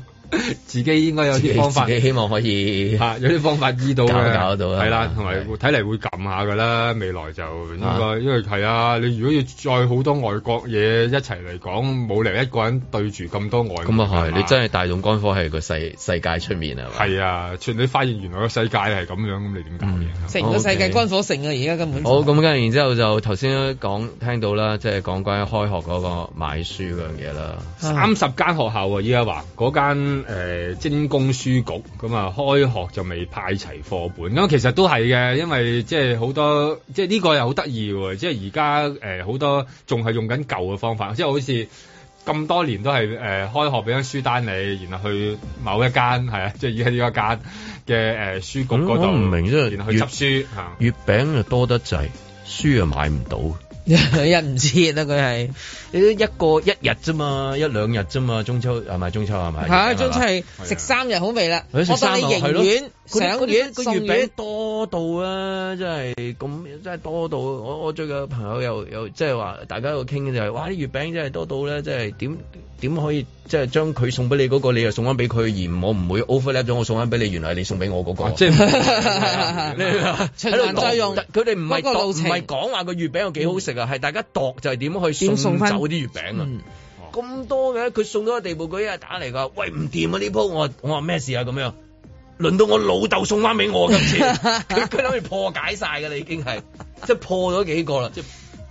Speaker 3: 自己應該有
Speaker 2: 自己
Speaker 3: 啲方法。
Speaker 2: 自己希望可 以
Speaker 3: 啊有啲方法醫到嘅
Speaker 2: 搞搞到啊
Speaker 3: 係啦，同埋睇嚟會撳下㗎啦。未來就應該，因為係啊，你如果要再好多外國嘢一齊嚟講，冇理由一個人對住咁多外
Speaker 2: 咁啊係，你真
Speaker 3: 係
Speaker 2: 係大動肝火係個世世界出面啊！
Speaker 3: 係啊，全你發現原來個世界係咁樣，咁你點搞嘢？
Speaker 4: 成個世界
Speaker 2: OK
Speaker 4: 肝火盛啊！而家根本
Speaker 2: 好咁，跟住然之後就頭先都講聽到啦，即係講關於開學嗰個買書嗰樣嘢啦。
Speaker 3: 三十間學校啊，依家話嗰間誒、呃精工書局咁啊，開學就未派齊課本。咁其實都係嘅，因為即係好多即係呢個又好得意喎，即係而家誒好多仲係用緊舊嘅方法，即係好似。咁多年都係誒、呃、開學俾張書單你，然後去某一間係啊，即係而家呢一間嘅誒書局嗰度，
Speaker 2: 嗯我唔明即係
Speaker 3: 然後去
Speaker 2: 越
Speaker 3: 執書嚇。
Speaker 2: 月餅就多得滯，書又買唔到。
Speaker 4: 一唔切啦，佢係
Speaker 2: 呃一個一日啫嘛，一兩日啫嘛，中秋係咪？中秋係咪？
Speaker 4: 嚇，中秋係食三日好味啦，我
Speaker 2: 係食
Speaker 4: 當
Speaker 2: 三
Speaker 4: 你
Speaker 2: 日係
Speaker 4: 營
Speaker 2: 咯
Speaker 4: 院、
Speaker 2: 嗰啲嗰
Speaker 4: 賞
Speaker 2: 啲
Speaker 4: 院、
Speaker 2: 嗰啲
Speaker 4: 送
Speaker 2: 月餅。
Speaker 4: 院
Speaker 2: 多到啊！真係咁，真係多到我我最近有朋友又又即係話，大家喺度傾嘅就係、哇！啲月餅真係多到咧，即係點點可以即係將佢送俾你嗰、個，你又送翻俾佢，而我唔會 overlap 咗，我送翻俾你，原來係你送俾我嗰、個。
Speaker 3: 啊即啊
Speaker 2: 係
Speaker 4: 啊循環再用
Speaker 2: 佢哋唔係
Speaker 4: 嗰個
Speaker 2: 度
Speaker 4: 路
Speaker 2: 唔
Speaker 4: 程
Speaker 2: 係講話個月餅有幾好食啊，係大家度就係點去
Speaker 4: 點送
Speaker 2: 送走
Speaker 4: 返
Speaker 2: 啲月餅
Speaker 4: 嗯
Speaker 2: 啊。
Speaker 4: 哦
Speaker 2: 咁多嘅，佢送到個地步，佢一日打嚟㗎，喂唔掂啊呢鋪，我話我話咩事啊咁樣，輪到我老豆送翻俾我今 次，佢佢諗住破解晒㗎啦已經係，即係破咗幾個啦，即
Speaker 3: 係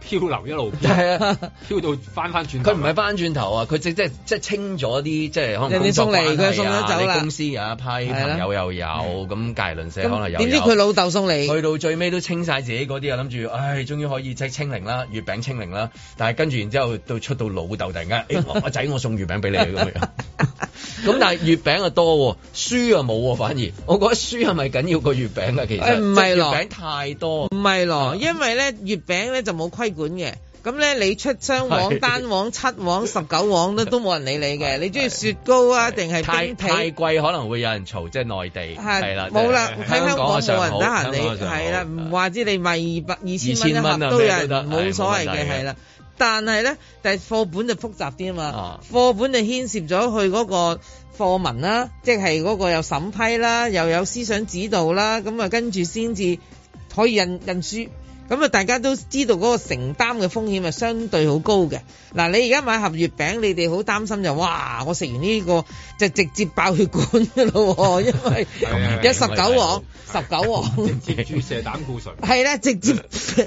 Speaker 3: 漂流 一路漂，
Speaker 2: 係 啊，
Speaker 3: 漂到翻翻轉
Speaker 2: 佢唔係翻轉頭啊，佢即即即清咗啲即係可能
Speaker 4: 人哋送嚟
Speaker 2: 工作關係啊
Speaker 4: 佢送咗走啦
Speaker 2: 你公司有一批
Speaker 4: 係啦
Speaker 2: 朋友又有，咁隔離鄰舍可能
Speaker 4: 咁
Speaker 2: 又有。
Speaker 4: 點知佢老豆送嚟？
Speaker 2: 去到最尾都清晒自己嗰啲啊，諗住唉，終於可以即係清零啦，月餅清零啦。但係跟住然之後到出到老豆，突然間， 誒、我我仔我送月餅俾你啊咁樣。 咁但係月餅啊多喎，書啊冇喎，反而我覺得書係咪緊要過月餅啊？其實
Speaker 4: 誒哎唔係咯
Speaker 2: 即月餅太多。
Speaker 4: 唔係
Speaker 2: 啊
Speaker 4: 咯，因為咧月餅咧就冇規管嘅。咁咧，你出雙 黃、
Speaker 2: 係
Speaker 4: 單黃、七黃、十九黃咧，都冇人理你嘅。你中意雪糕啊，定係
Speaker 2: 太
Speaker 4: 冰
Speaker 2: 太
Speaker 4: 皮？
Speaker 2: 貴可能會有人嘈，即係內地
Speaker 4: 係
Speaker 2: 係啦，
Speaker 4: 冇啦
Speaker 2: 即係
Speaker 4: 喺香港
Speaker 2: 啊尚好
Speaker 4: 冇人得閒
Speaker 2: 香
Speaker 4: 理，
Speaker 2: 港啊尚好
Speaker 4: 係啦，唔話知你賣二百二千
Speaker 2: 2000蚊
Speaker 4: 蚊一盒
Speaker 2: 啊
Speaker 4: 都有
Speaker 2: 咩
Speaker 4: 人
Speaker 2: 都得
Speaker 4: 冇所謂
Speaker 2: 係冇問
Speaker 4: 嘅，
Speaker 2: 題嘅
Speaker 4: 係啦。但係咧，但係課本就複雜啲啊嘛
Speaker 2: 啊，
Speaker 4: 課本就牽涉咗佢嗰個課文啦，即係嗰個有審批啦，又有思想指導啦，咁啊跟住先至可以印印書。咁啊，大家都知道嗰個承擔嘅風險係相對好高嘅。嗱，你而家買盒月餅，你哋好擔心就哇，我食完呢、個就直接爆血管㗎咯 喎，因為
Speaker 2: 啊
Speaker 3: 係
Speaker 4: 有十九黃，十九黃。
Speaker 3: 直接注射膽固醇。
Speaker 4: 係啦，直 接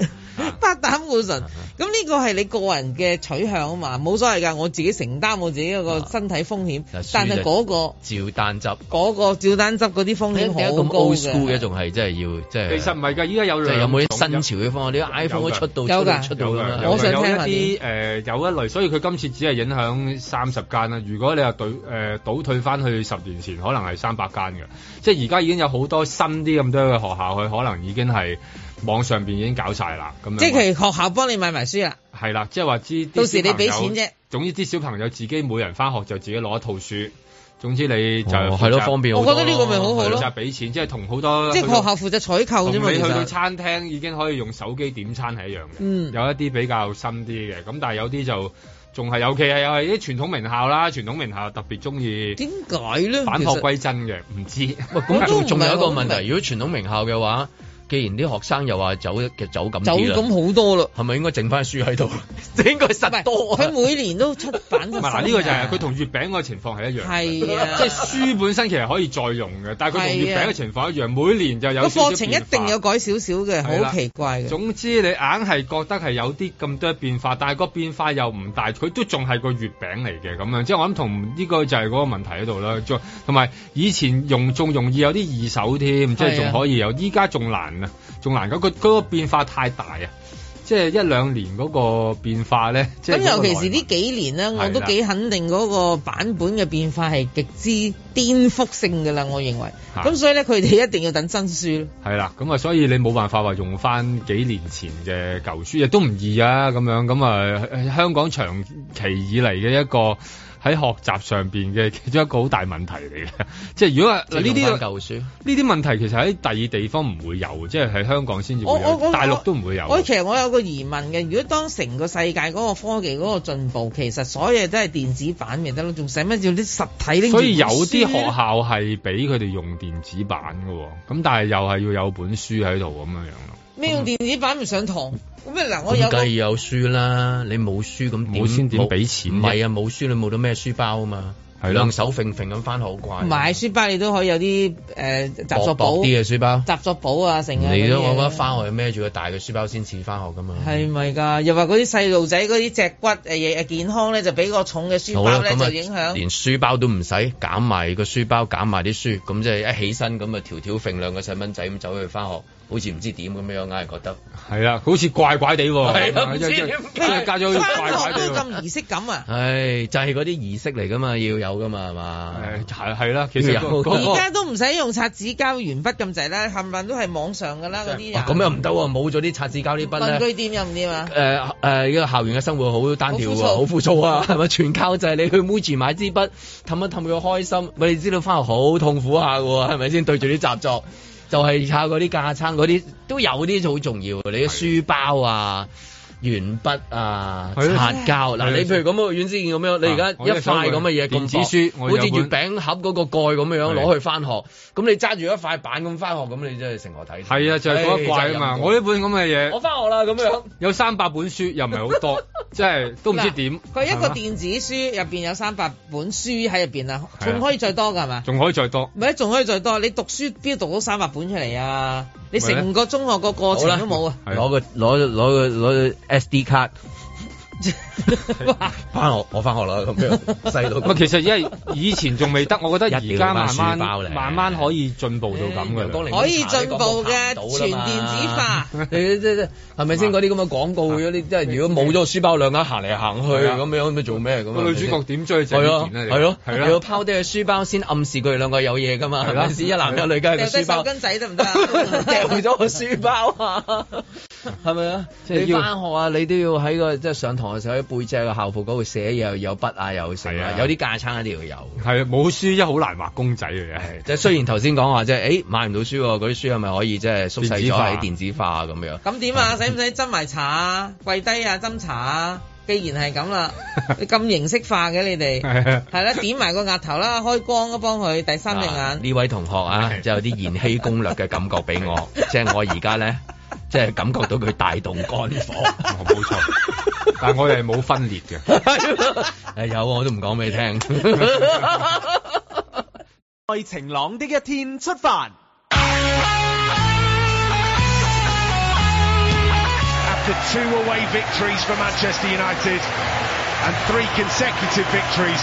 Speaker 4: 不膽固
Speaker 2: 啊
Speaker 4: 醇。咁呢個係你個人嘅取向啊嘛，冇所謂㗎。我自己承擔我自己一個
Speaker 2: 啊
Speaker 4: 身體風險，但係嗰、個
Speaker 2: 照單執。
Speaker 4: 嗰、個照單執嗰啲風險
Speaker 2: 啊點解
Speaker 4: 好
Speaker 2: 咁
Speaker 4: 高
Speaker 2: old school 嘅
Speaker 4: 嘅。
Speaker 2: 仲係真係要即係？
Speaker 3: 其實唔係㗎，依家有
Speaker 2: 即係有
Speaker 3: 兩
Speaker 2: 冇
Speaker 3: 種
Speaker 2: 啲新潮嘅方案？啲 iPhone 都出到
Speaker 4: 有
Speaker 2: 出到
Speaker 4: 㗎
Speaker 2: 出到
Speaker 3: 有
Speaker 2: 咁樣
Speaker 3: 㗎，
Speaker 2: 係
Speaker 3: 有
Speaker 4: 我想
Speaker 3: 㗎有
Speaker 4: 聽下
Speaker 3: 一啲誒有一類，所以佢今次只係影響三十間啦。如果你話對誒倒退翻去十年前，可能係三百間嘅，即係而家已經有好多新啲咁多嘅學校，佢可能已經係網上邊已經搞晒啦。咁樣
Speaker 4: 即係學校幫你買埋書啊啦。
Speaker 3: 係啦，即係話知
Speaker 4: 到時你俾
Speaker 3: 錢
Speaker 4: 錢啫。
Speaker 3: 總之啲小朋友自己每人翻學就自己攞一套書。總之你就
Speaker 2: 哦係咯
Speaker 3: 負責
Speaker 2: 方便好
Speaker 4: 多我覺得呢個咪好好咯
Speaker 3: 負責俾錢，即係同好多
Speaker 4: 即係學校負責採購啫嘛，
Speaker 3: 同你
Speaker 4: 啊其
Speaker 3: 去到
Speaker 4: 實。
Speaker 3: 餐廳已經可以用手機點餐係一樣嘅，
Speaker 4: 嗯
Speaker 3: 有一啲比較新啲嘅，咁但係有啲就仲係，尤其係又係啲傳統名校啦，傳統名校特別中意
Speaker 4: 點解咧
Speaker 3: 返
Speaker 2: 其
Speaker 3: 璞
Speaker 2: 實
Speaker 3: 歸真嘅，唔知
Speaker 2: 喂， 咁
Speaker 4: 我都唔
Speaker 2: 仲
Speaker 4: 係
Speaker 2: 仲有一個
Speaker 4: 好明
Speaker 2: 問題，如果傳統名校嘅話，既然啲學生又話走嘅走
Speaker 3: 啊
Speaker 2: 咁
Speaker 4: 走
Speaker 2: 啲啦，
Speaker 4: 咁好多啦，
Speaker 2: 係咪應該剩翻書喺度？ 應該實多啊
Speaker 4: 佢每年都出 版
Speaker 3: 唔
Speaker 4: 出
Speaker 3: 係嗱，呢個就係佢同月餅個情況係一樣，
Speaker 4: 係啊
Speaker 3: 即係書本身其實可以再用嘅，但係佢同月餅嘅情況一樣，每年就有
Speaker 4: 個
Speaker 3: 少少
Speaker 4: 課程一
Speaker 3: 變化
Speaker 4: 定有改少少嘅，
Speaker 3: 係啦
Speaker 4: 好奇怪嘅。
Speaker 3: 總之你硬係覺得係有啲咁多變化，但係個變化又唔大，佢都仲係個月餅嚟嘅咁樣。即係我諗同呢個就係嗰個問題喺度啦。仲同埋以前用仲容易有啲二手添，即係
Speaker 4: 係啊
Speaker 3: 仲可以有，依家仲難啊，仲難嗰、個嗰、個變化太大啊！即係一兩年嗰個變化咧，即係
Speaker 4: 咁
Speaker 3: 嗰個
Speaker 4: 尤其
Speaker 3: 內
Speaker 4: 是呢幾年咧，我
Speaker 3: 係
Speaker 4: 都
Speaker 3: 啦
Speaker 4: 幾肯定嗰個版本嘅變化係極之顛覆性㗎啦，我認為。
Speaker 3: 嚇
Speaker 4: 咁所以咧，佢哋一定要等新書咯。
Speaker 3: 係啦，咁啊，所以你冇辦法話用翻幾年前嘅舊書，亦都唔易啊，咁樣咁啊，呃香港長期以嚟嘅一個喺學習上邊嘅其中一個好大問題嚟嘅， 即係如果話嗱呢
Speaker 2: 即係用
Speaker 3: 啲
Speaker 2: 返舊書
Speaker 3: 呢啲問題其實喺第二地方唔會有，即係喺香港先至會
Speaker 4: 我我
Speaker 3: 有，
Speaker 4: 我
Speaker 3: 大陸都唔會有。啊
Speaker 4: 我其實我有個疑問嘅，如果當成個世界嗰個科技嗰個進步，其實所有嘢都係電子版咪得咯，仲使乜要啲實體拎住
Speaker 3: 所以有
Speaker 4: 本書
Speaker 3: 啲
Speaker 4: 咧
Speaker 3: 學校係俾佢哋用電子版嘅喎，咁但係又係要有本書喺度咁樣樣咯。
Speaker 4: 咩用電子版唔上堂？咁咩嗱，我有
Speaker 2: 咁
Speaker 4: 個
Speaker 2: 梗係有書啦，你冇書咁點
Speaker 3: 冇先點俾錢啫
Speaker 2: 唔係啊，冇書你冇到咩書包啊嘛。
Speaker 3: 係咯
Speaker 2: 兩手揈揈咁翻學好怪。
Speaker 4: 買書包你都可以有啲誒雜作
Speaker 2: 薄
Speaker 4: 簿
Speaker 2: 薄啲嘅書包，
Speaker 4: 雜作簿啊，成啊
Speaker 2: 你都
Speaker 4: 嗰啲
Speaker 2: 我
Speaker 4: 嘢
Speaker 2: 覺得翻學孭住個大嘅書包先似翻學噶嘛。
Speaker 4: 係咪㗎？又話嗰啲細路仔嗰啲脊骨誒誒健康咧，就俾個重嘅書
Speaker 2: 好
Speaker 4: 包
Speaker 2: 啦，
Speaker 4: 咧
Speaker 2: 咁
Speaker 4: 就
Speaker 2: 啊
Speaker 4: 影響。
Speaker 2: 連書包都唔使，減埋個書包，減埋啲書，咁即係一起身咁啊，條條揈兩個細蚊仔咁走去翻學，好似唔知點咁樣，硬係覺得。
Speaker 3: 係啦，好似怪怪地喎，
Speaker 2: 係啊唔知
Speaker 3: 即係
Speaker 2: 點
Speaker 3: 即係家長好似怪怪
Speaker 4: 翻學
Speaker 3: 地
Speaker 4: 都
Speaker 3: 喎。
Speaker 4: 咁儀式感啊！
Speaker 2: 唉，就係嗰啲儀式嚟噶嘛，要有噶嘛，係嘛？
Speaker 3: 係係啦，其實
Speaker 2: 啊有
Speaker 3: 嗰
Speaker 4: 而家都唔使用擦紙膠、鉛筆咁滯啦，冚唪唥都係網上㗎啦嗰啲
Speaker 2: 哇
Speaker 4: 啊。
Speaker 2: 哦咁又唔得喎，冇咗啲擦紙膠呢筆
Speaker 4: 文
Speaker 2: 咧。
Speaker 4: 具店又唔掂啊？
Speaker 2: 誒誒，呢個呃校園嘅生活好單調喎，
Speaker 4: 好
Speaker 2: 好
Speaker 4: 枯
Speaker 2: 枯燥啊， 係咪？全靠就係你去 Muji 買支筆，氹一氹佢開心。咪你知道翻學好痛苦下嘅喎，係咪先？對住啲習作，就係靠嗰啲架撐嗰啲，都有啲好重要嘅。你嘅書包啊。鉛筆啊，
Speaker 3: 係咯
Speaker 2: 擦膠
Speaker 3: 係
Speaker 2: 嗱，你譬如咁啊，阮之健咁樣，你而家
Speaker 3: 啊我
Speaker 2: 一
Speaker 3: 真係想
Speaker 2: 塊咁嘅嘢
Speaker 3: 問電
Speaker 2: 咁
Speaker 3: 子
Speaker 2: 薄
Speaker 3: 書我有
Speaker 2: 好似月
Speaker 3: 本
Speaker 2: 餅盒嗰個蓋咁樣
Speaker 3: 係
Speaker 2: 攞去翻學，咁你揸住一塊板咁翻學，咁你真係成何體統？
Speaker 3: 係啊，就係嗰一怪啊
Speaker 2: 唉
Speaker 3: 嘛。
Speaker 2: 真係陰
Speaker 3: 我呢本咁嘅嘢，
Speaker 2: 我翻學啦咁樣。
Speaker 3: 有三百本書，又唔係好多， 即係都唔知點。
Speaker 4: 佢一個
Speaker 3: 係嘛
Speaker 4: 電子書入邊有三百本書喺入邊啊，
Speaker 3: 係啊
Speaker 4: 仲可以再多㗎係嘛？
Speaker 3: 仲可以再多。
Speaker 4: 咪仲可以再多，你讀書邊度讀到三百本出嚟啊？你
Speaker 2: 咪呢
Speaker 4: 成個中學個過程 都冇啊！
Speaker 2: 攞個攞攞個攞個 SD 卡。翻學，我翻學啦咁 樣，細路
Speaker 3: 唔係其實因為以前仲未得，我覺得而家慢
Speaker 2: 一定要買書包
Speaker 3: 慢
Speaker 2: 嚟
Speaker 3: 慢慢可以進步到咁嘅啦。
Speaker 4: 可以進步嘅全電子化，
Speaker 2: 你即即係咪先嗰啲咁嘅廣告嗰啲，即係 如果冇咗個書包兩眼行嚟行去
Speaker 3: 係啊
Speaker 2: 咁樣，咁做咩咁啊？
Speaker 3: 個女主角點追就
Speaker 2: 係
Speaker 3: 呢
Speaker 2: 咯，
Speaker 3: 件
Speaker 2: 係咯，
Speaker 3: 係
Speaker 2: 你要
Speaker 3: 咯，
Speaker 2: 拋低個書包先暗示佢哋兩個有嘢噶嘛，
Speaker 3: 係
Speaker 2: 係
Speaker 3: 啦
Speaker 2: 咪先？一男一女梗係個
Speaker 4: 掉低
Speaker 2: 書
Speaker 4: 手
Speaker 2: 包。
Speaker 4: 巾仔得唔得啊？
Speaker 2: 掉咗個書包啊，係咪啊？
Speaker 4: 即係
Speaker 2: 你
Speaker 4: 要
Speaker 2: 翻學啊，你都要喺個即係上堂嘅時候喺背脊個校服嗰度寫嘢，又有筆啊，又成啊
Speaker 3: 啊，
Speaker 2: 有啲架撐一定要有。
Speaker 3: 係啊冇書一好難畫公仔嚟嘅。
Speaker 2: 即係雖然頭先講話即係，誒買唔到書喎，嗰啲書係咪可以即係縮細
Speaker 3: 電子
Speaker 2: 咗
Speaker 3: 化
Speaker 2: 喺電子化咁樣？
Speaker 4: 咁點 啊？使唔使斟埋茶啊？跪低啊，斟茶啊！既然係咁啦，你咁形式化嘅你哋，
Speaker 2: 係 啊
Speaker 4: 係啦，點埋個額頭啦，開光啊，幫佢第三隻
Speaker 2: 啊
Speaker 4: 眼。
Speaker 2: 呢位同學 啊，就有啲延禧攻略嘅感覺俾 我，即係我而家咧，即係感覺到佢大動肝火， 冇錯。
Speaker 3: 哦 但係我哋係冇分裂嘅。
Speaker 2: 誒有啊我都唔講俾你聽。
Speaker 5: 在晴朗的一天出發。
Speaker 20: After two away victories for Manchester United and three consecutive victories.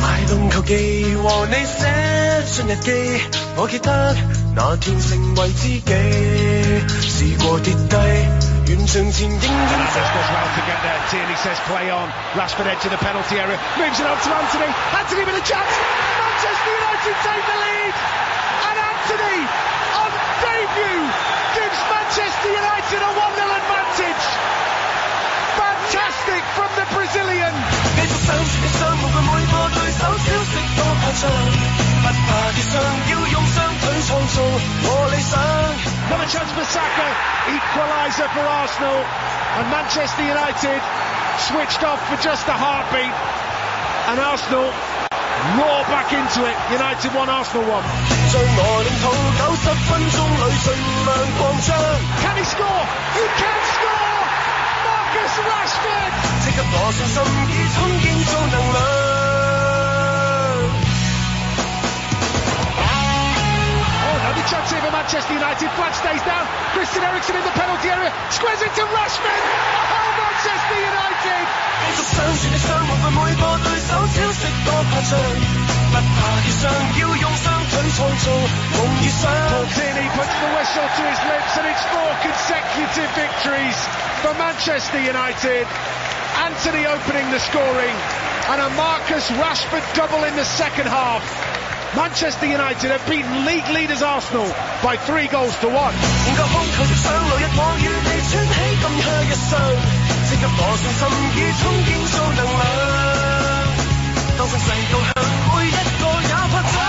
Speaker 7: 買動球技和你寫信日記，我記得那天成為知己，試過跌低，完場
Speaker 20: And
Speaker 7: 前應應
Speaker 20: that does well to get there. Tierney says play on. Rashford edge of the penalty area. Moves it on to Anthony. Anthony with a chance. Manchester United take the lead. And Anthony on debut gives Manchester United a 1 0 advantage. Fantastic from the Brazilian.
Speaker 7: 繼續上傳上，無懼每個對手消息多膨脹，不怕跌傷，要用雙腿創造我理想。
Speaker 20: Another chance for Saka. Equaliser for Arsenal. And Manchester United switched off for just a heartbeat. And Arsenal roar back into it. United 1, Arsenal 1.
Speaker 7: 將我領土九十分鐘裏盡量擴張。
Speaker 20: Can he score? He can score! Marcus Rashford!
Speaker 7: 即給我信心，以衝建造能量。
Speaker 20: Oh, another chance here for Manchester United. Flag stays down. Christian Eriksen in the penalty area. Squares it to Rashford. Oh, Manchester United!
Speaker 7: 繼續上傳你上，無懼每個對手消息多膨脹，不怕跌傷，要用雙腿創造夢與想。
Speaker 20: Paul Tierney puts the whistle to his lips, and it's four consecutive victories for Manchester United. Anthony opening the scoring, and a Marcus Rashford double in the second half. Manchester United have beaten league leaders Arsenal by three goals to one.
Speaker 7: 整個空球的上路，一往與你穿起今日一雙，即給我信心，以衝建造能量。當聲勢導向，每一個也拍掌。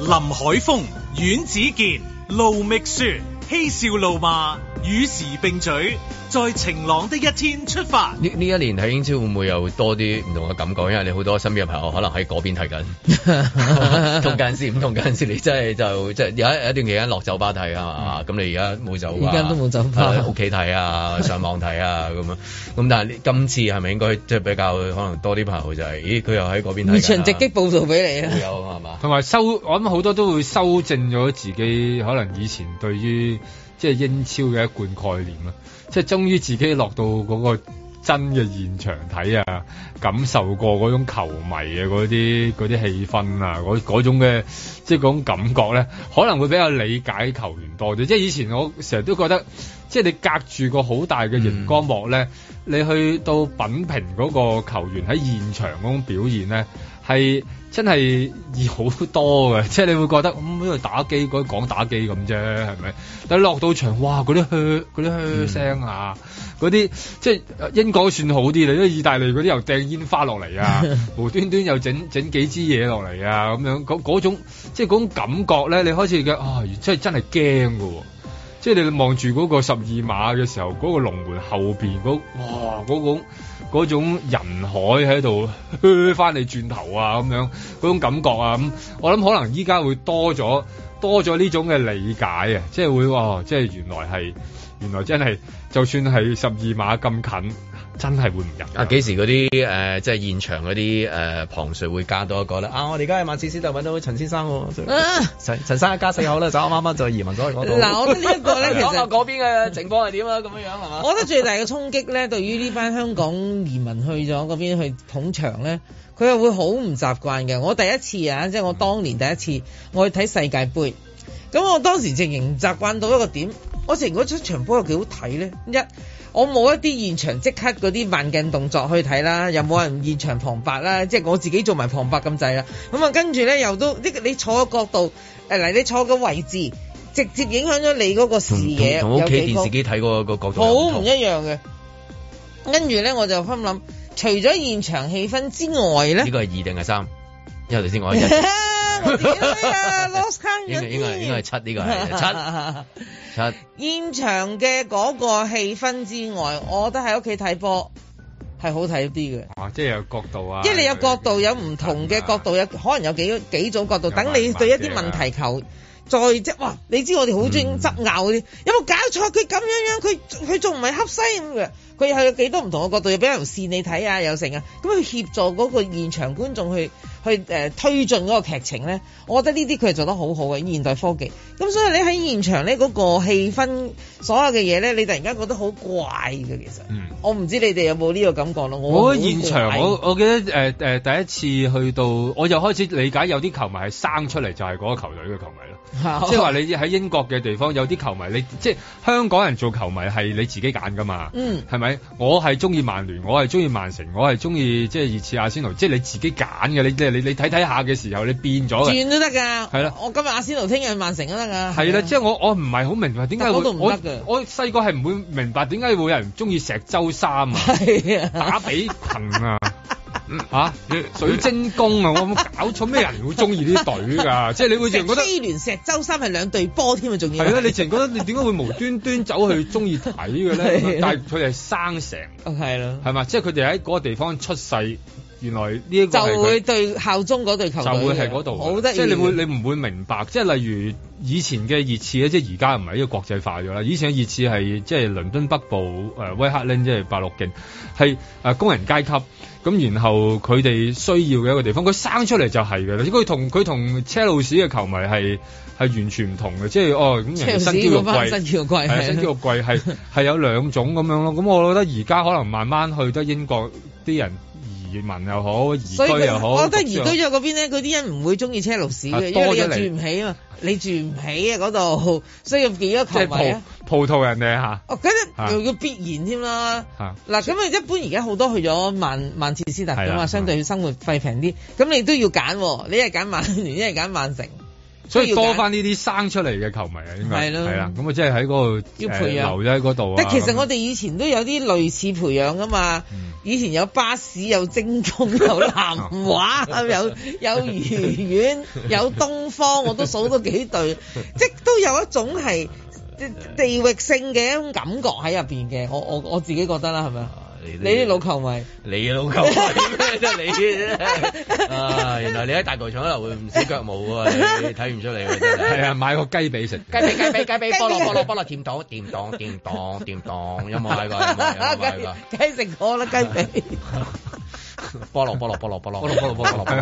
Speaker 1: 林海峰、阮子健、盧覓雪、嬉笑怒罵，與時並舉，在晴朗的一天出發。
Speaker 2: 呢呢一年睇英超會唔會有多啲唔同嘅感覺？因為你好多身邊嘅朋友可能喺嗰邊睇 緊，同間時唔同間時，你真係就即係有一有一段期間落酒吧睇啊嘛，咁你而家冇酒吧，
Speaker 21: 嗯而家都冇酒吧
Speaker 2: 喺屋企 睇啊，上網睇啊咁樣。咁但係呢今次係咪應該即係比較可能多啲朋友就係，咦佢又喺嗰邊睇緊啊
Speaker 21: 現場直擊報導俾你啊！
Speaker 2: 會有啊係嘛？
Speaker 3: 同埋修，我諗好多都會修正咗自己可能以前對於即係英超嘅一貫概念啦，即係終於自己落到嗰個真嘅現場睇啊，感受過嗰種球迷嘅嗰啲嗰啲氣氛啊，嗰嗰種嘅即係嗰種感覺咧，可能會比較理解球員多啲。即係以前我成日都覺得，即係你隔住個好大嘅熒光幕咧，你去到品評嗰個球員喺現場嗰種表現咧，係。真係易好多嘅，即 係你會覺得咁喺度打機嗰啲講打機咁啫，係咪？但係落到場，哇！嗰啲噓嗰啲噓聲啊，嗰啲即係呃英國算好啲，你啲意大利嗰啲又掟煙花落嚟啊，無端端又整整幾支嘢落嚟啊，咁樣嗰嗰種即係嗰種感覺咧，你開始嘅啊，真係真係驚㗎喎！即係你望住嗰個十二碼嘅時候，嗰、個龍門後邊嗰哇嗰種嗰種人海喺度 噓翻你轉頭啊咁樣嗰種感覺啊咁，我諗可能依家會多咗多咗呢種嘅理解啊，即係會哇，即係原來係原來真係就算係十二碼咁近，真係會唔入㗎。
Speaker 2: 啊！幾時嗰啲誒，即係現場嗰啲誒旁述會加多一個咧？啊！我哋而家喺曼徹斯特揾到陳先生喎、陳陳生一家四口咧，就啱啱就移民咗去嗰度。
Speaker 4: 啊嗱我覺得呢一個 咧其實
Speaker 2: 講下嗰邊嘅情況係點啊啦，咁樣樣係嘛？
Speaker 4: 我覺得最大嘅衝擊咧，對於呢班香港移民去咗嗰邊去捧場咧，佢係會好唔習慣嘅。我第一次啊，即係我當年第一次，我去睇世界盃，咁我當時直情唔習慣到一個點，我直情覺得出場波有幾好睇咧。一我冇一啲現場即刻嗰啲慢鏡動作去睇啦，又冇人現場旁白啦，即係我自己做埋旁白咁滯啦。咁啊，跟住咧又都呢個你坐嘅角度，誒嗱你坐嘅位置，直接影響咗你嗰個視野
Speaker 2: 同屋
Speaker 4: 有
Speaker 2: 企
Speaker 4: 幾
Speaker 2: 電
Speaker 4: 高
Speaker 2: 視機睇嗰個角度
Speaker 4: 好
Speaker 2: 又唔
Speaker 4: 唔
Speaker 2: 同啊
Speaker 4: 一樣嘅。跟住咧，我就心諗，除咗現場氣氛之外咧
Speaker 2: 呢，個係二定係三，因為頭先 我係一
Speaker 4: 我自己都啊 lost count
Speaker 2: 應
Speaker 4: 咗
Speaker 2: 該應該係
Speaker 4: 添
Speaker 2: 應該係七呢個係七 七。
Speaker 4: 現場嘅嗰個氣氛之外，我覺得喺屋企睇波係好睇啲嘅。
Speaker 3: 啊，即係有角度啊，
Speaker 4: 因為你有角度，有唔同嘅角度，有可能有幾幾種角度，等你對一啲問題球再即哇！你知我哋好中意
Speaker 3: 嗯
Speaker 4: 執拗嗰啲，有冇搞錯？佢咁樣樣，佢佢仲唔係恰西咁嘅？佢係有幾多唔同嘅角度，又俾人線你睇啊，又成啊！咁佢協助嗰個現場觀眾去去誒、呃推進嗰個劇情咧，我覺得呢啲佢係做得好好嘅現代科技。咁所以你喺現場咧嗰、個氣氛，所有嘅嘢咧，你突然間覺得好怪嘅其實。
Speaker 3: 嗯
Speaker 4: 我唔知你哋有冇呢個感覺咯。
Speaker 3: 我
Speaker 4: 好
Speaker 3: 覺得現場，
Speaker 4: 怪
Speaker 3: 我我記得誒誒、呃第一次去到，我就開始理解有啲球迷係生出嚟就係嗰個球隊嘅球迷咯。
Speaker 4: 哦
Speaker 3: 即係話你喺英國嘅地方有啲球迷，你即係香港人做球迷係你自己揀噶嘛，
Speaker 7: 嗯
Speaker 3: 係咪？我係中意曼聯，我係中意曼城，我係中意即係熱刺、阿仙奴，即係你自己揀嘅。你即係你你睇睇下嘅時候，你變咗嘅。
Speaker 4: 轉都得㗎，
Speaker 3: 係啦
Speaker 4: 我今日阿仙奴，聽日曼城都得㗎，
Speaker 3: 係啦，即係我我唔係好明白點解會
Speaker 4: 啊但嗰度唔
Speaker 3: 我
Speaker 4: 得㗎
Speaker 3: 我細個係唔會明白點解會有人中意石洲衫啊，打比群 啊。吓、水晶宮啊！我有冇搞錯咩人會中意呢啲隊 㗎？即係你會淨覺得
Speaker 4: 飛聯石周三係兩隊波添啊，仲要
Speaker 3: 係啦，你淨覺得你點解會無端端走去中意睇嘅咧
Speaker 4: 係？
Speaker 3: 但係佢哋係生成，
Speaker 4: 係啦，
Speaker 3: 係嘛？即係佢哋喺嗰個地方出世，原來呢一個係
Speaker 4: 就會
Speaker 3: 佢
Speaker 4: 對效忠嗰隊球隊
Speaker 3: 就
Speaker 4: 嘅，
Speaker 3: 會係嗰度嘅，啊
Speaker 4: 好得意嘅，
Speaker 3: 即係你會你唔會明白？即係例如以前嘅熱刺咧，啊即係而家唔係呢個國際化咗啦。以前嘅熱刺係即係倫敦北部誒、呃威克林，即係白鹿徑，係誒、呃工人階級。咁然後佢哋需要嘅一個地方，佢生出嚟就係嘅啦。佢同佢同車路士嘅球迷係係完全唔同嘅，即係哦咁 人哋身
Speaker 4: 車路士
Speaker 3: 肌肉
Speaker 4: 嗰班
Speaker 3: 貴，
Speaker 4: 身肌肉貴
Speaker 3: 係啊
Speaker 4: 係
Speaker 3: 身肌肉貴 係係有兩種咁樣咯。咁我覺得而家可能慢慢去得英國啲人移民又好，移
Speaker 4: 所以
Speaker 3: 居又
Speaker 4: 佢
Speaker 3: 好，
Speaker 4: 我覺得
Speaker 3: 讀
Speaker 4: 移
Speaker 3: 書又
Speaker 4: 居
Speaker 3: 好
Speaker 4: 咗嗰邊咧，嗰啲人唔會中意車路士嘅，
Speaker 3: 係
Speaker 4: 因為你又
Speaker 3: 多咗
Speaker 4: 住
Speaker 3: 嚟
Speaker 4: 唔起啊嘛，你住唔起啊嗰度，所以有幾多
Speaker 3: 即
Speaker 4: 球
Speaker 3: 係
Speaker 4: 迷啊？
Speaker 3: 葡葡萄人哋嚇
Speaker 4: 哦，梗
Speaker 3: 啊
Speaker 4: 係又要必然添啦。
Speaker 3: 嚇。
Speaker 4: 嗱，咁啊，一般而家好多去咗曼曼徹斯特
Speaker 3: 係
Speaker 4: 噶
Speaker 3: 啦
Speaker 4: 嘛，相對生活費平啲，咁你都要揀喎，你係揀曼 聯，一係揀曼城，
Speaker 3: 所以
Speaker 4: 都
Speaker 3: 多
Speaker 4: 要揀
Speaker 3: 翻呢啲生出嚟嘅球迷啊，應該
Speaker 4: 係咯
Speaker 3: 係啦，咁啊即係喺嗰度
Speaker 4: 要
Speaker 3: 誒
Speaker 4: 培養
Speaker 3: 留咗喺嗰度啊。嗯
Speaker 4: 但其實
Speaker 3: 咁
Speaker 4: 我哋以前都有啲類似培養噶嘛，以前有巴士、有精工、有南 華、有有 魚丸、有東方，我都數到幾隊，即都有一種係即地域性嘅一種感覺喺入邊嘅，我我我自己覺得啦，係咪啊？
Speaker 2: 你
Speaker 4: 你啲老球迷，
Speaker 2: 你老狗咩啫你啫啊！原來你喺大球場嗰度會唔少腳毛喎，你睇唔出你喎真係。
Speaker 3: 係啊，買個雞髀食。
Speaker 2: 雞髀雞髀雞髀菠蘿菠蘿菠蘿甜檔甜檔甜檔甜檔，有冇 買過？有冇有冇 買過？
Speaker 4: 梗係食過啦雞髀。
Speaker 2: 菠蘿菠蘿菠蘿菠蘿菠蘿菠蘿菠蘿菠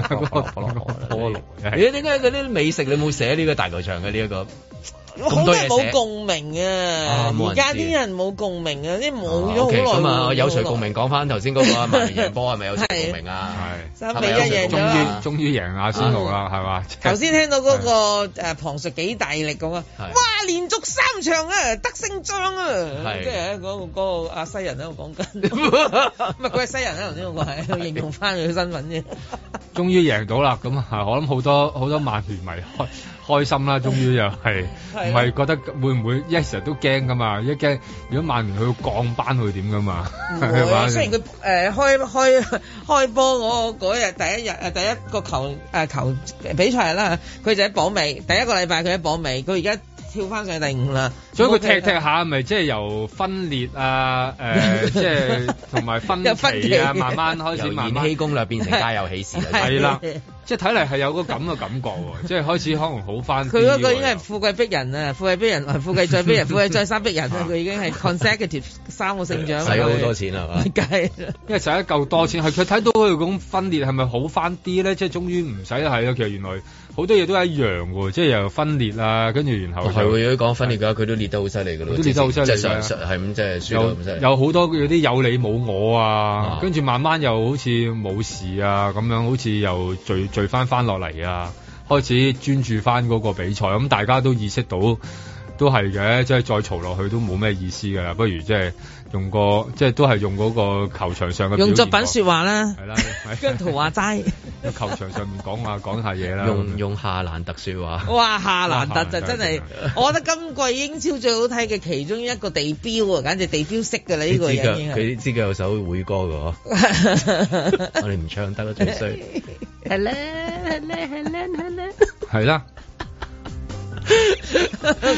Speaker 2: 蘿菠蘿菠蘿。
Speaker 3: 係
Speaker 2: 你點解嗰啲美食你冇寫呢個大球場嘅呢一個
Speaker 4: 好
Speaker 2: 咁多
Speaker 4: 多人
Speaker 2: 嘢
Speaker 4: 冇
Speaker 2: 寫？
Speaker 4: 共鳴啊！
Speaker 2: 啊冇人
Speaker 4: 而家
Speaker 2: 知
Speaker 4: 啲人冇共鳴啊，即係冇
Speaker 2: 啊
Speaker 4: 咗
Speaker 2: OK，咁
Speaker 4: 好耐
Speaker 2: 啊，
Speaker 4: 喎。
Speaker 2: 有
Speaker 4: 冇咗
Speaker 2: 誰
Speaker 4: 好
Speaker 2: 共
Speaker 4: 耐
Speaker 2: 鳴？講翻頭先嗰個啊曼聯贏波係咪有誰共鳴啊？
Speaker 4: 係
Speaker 2: 係
Speaker 4: 三比一贏咗啦
Speaker 3: 終於贏阿仙奴啦，係嘛？
Speaker 4: 頭先聽到嗰個誒旁述幾大力咁啊！
Speaker 3: 係
Speaker 4: 哇，連續三場啊，得勝仗啊！
Speaker 3: 係
Speaker 4: 即係嗰個嗰個阿西人喺度 講緊，唔係佢係西人啦，頭先嗰個係形容翻佢身份啫。
Speaker 3: 終於贏到啦，咁啊，我諗好多好多曼聯迷開開心啦，終於又係
Speaker 4: 嗯係啊
Speaker 3: 唔係覺得會唔會一成日都驚噶嘛？一驚如果曼聯佢降班佢點噶嘛？
Speaker 4: 唔
Speaker 3: 係
Speaker 4: 嗯會，雖然佢誒、呃、開開 開波嗰嗰日第一日呃誒第一個球誒、呃球比賽日啦，佢就喺榜尾，第一個禮拜佢喺榜尾，佢而家跳翻上第五啦。
Speaker 3: 所以佢踢踢下，咪即係由分裂啊， 誒，即係同埋分
Speaker 4: 有分歧
Speaker 3: 歧啊，慢慢開始
Speaker 2: 由
Speaker 3: 慢
Speaker 2: 延
Speaker 3: 慢
Speaker 2: 禧攻略變成家有喜事啦。
Speaker 3: 係啦，即係睇嚟係有個咁嘅感覺喎，即係開始可能好翻。
Speaker 4: 佢嗰個已經係富貴逼人啊！富貴逼人，富貴再逼人，富貴再三逼人 啊！佢已經係 consecutive 三個勝獎，
Speaker 3: 使咗好多錢
Speaker 2: 啊係
Speaker 3: 啦
Speaker 2: 嘛
Speaker 4: 梗係啦
Speaker 3: 因為使得夠多錢，係佢睇到佢咁分裂係咪好翻啲咧？即係終於唔使係咯。其實原來好多嘢都係一樣喎，即係又分裂啊，跟住然後
Speaker 2: 係喎，如果講分裂嘅話，佢都裂得好犀利㗎咯。
Speaker 3: 都裂得好犀利
Speaker 2: 即
Speaker 4: 啊
Speaker 2: 係
Speaker 3: 㗎
Speaker 2: 上上係咁，即係輸得
Speaker 3: 有
Speaker 2: 咁犀利。
Speaker 3: 有好多嗰啲有你冇我啊，跟住慢慢又好似冇事啊，咁樣好似又聚聚翻翻落嚟啊，開始專注翻嗰個比賽，咁大家都意識到都係嘅，即係再嘈落去都冇咩意思㗎啦，不如即係用個即係都係用嗰個球場上嘅
Speaker 4: 用
Speaker 3: 表
Speaker 4: 作
Speaker 3: 現
Speaker 4: 品
Speaker 3: 喎
Speaker 4: 説話啦，
Speaker 3: 係啦，
Speaker 4: 姜圖話齋。
Speaker 3: 喺球場上面講下講下嘢啦，
Speaker 2: 用用夏蘭特説話
Speaker 4: 哇！夏蘭特就真係，我覺得今季英超最好睇嘅其中一個地標啊，簡直地標式㗎啦！呢個
Speaker 2: 佢知
Speaker 4: 人
Speaker 2: 佢
Speaker 4: 已經係
Speaker 2: 佢知佢有首會歌㗎 嗬，我哋唔唱得啦最衰。
Speaker 15: 係咧係咧係咧係咧。
Speaker 3: 係啦，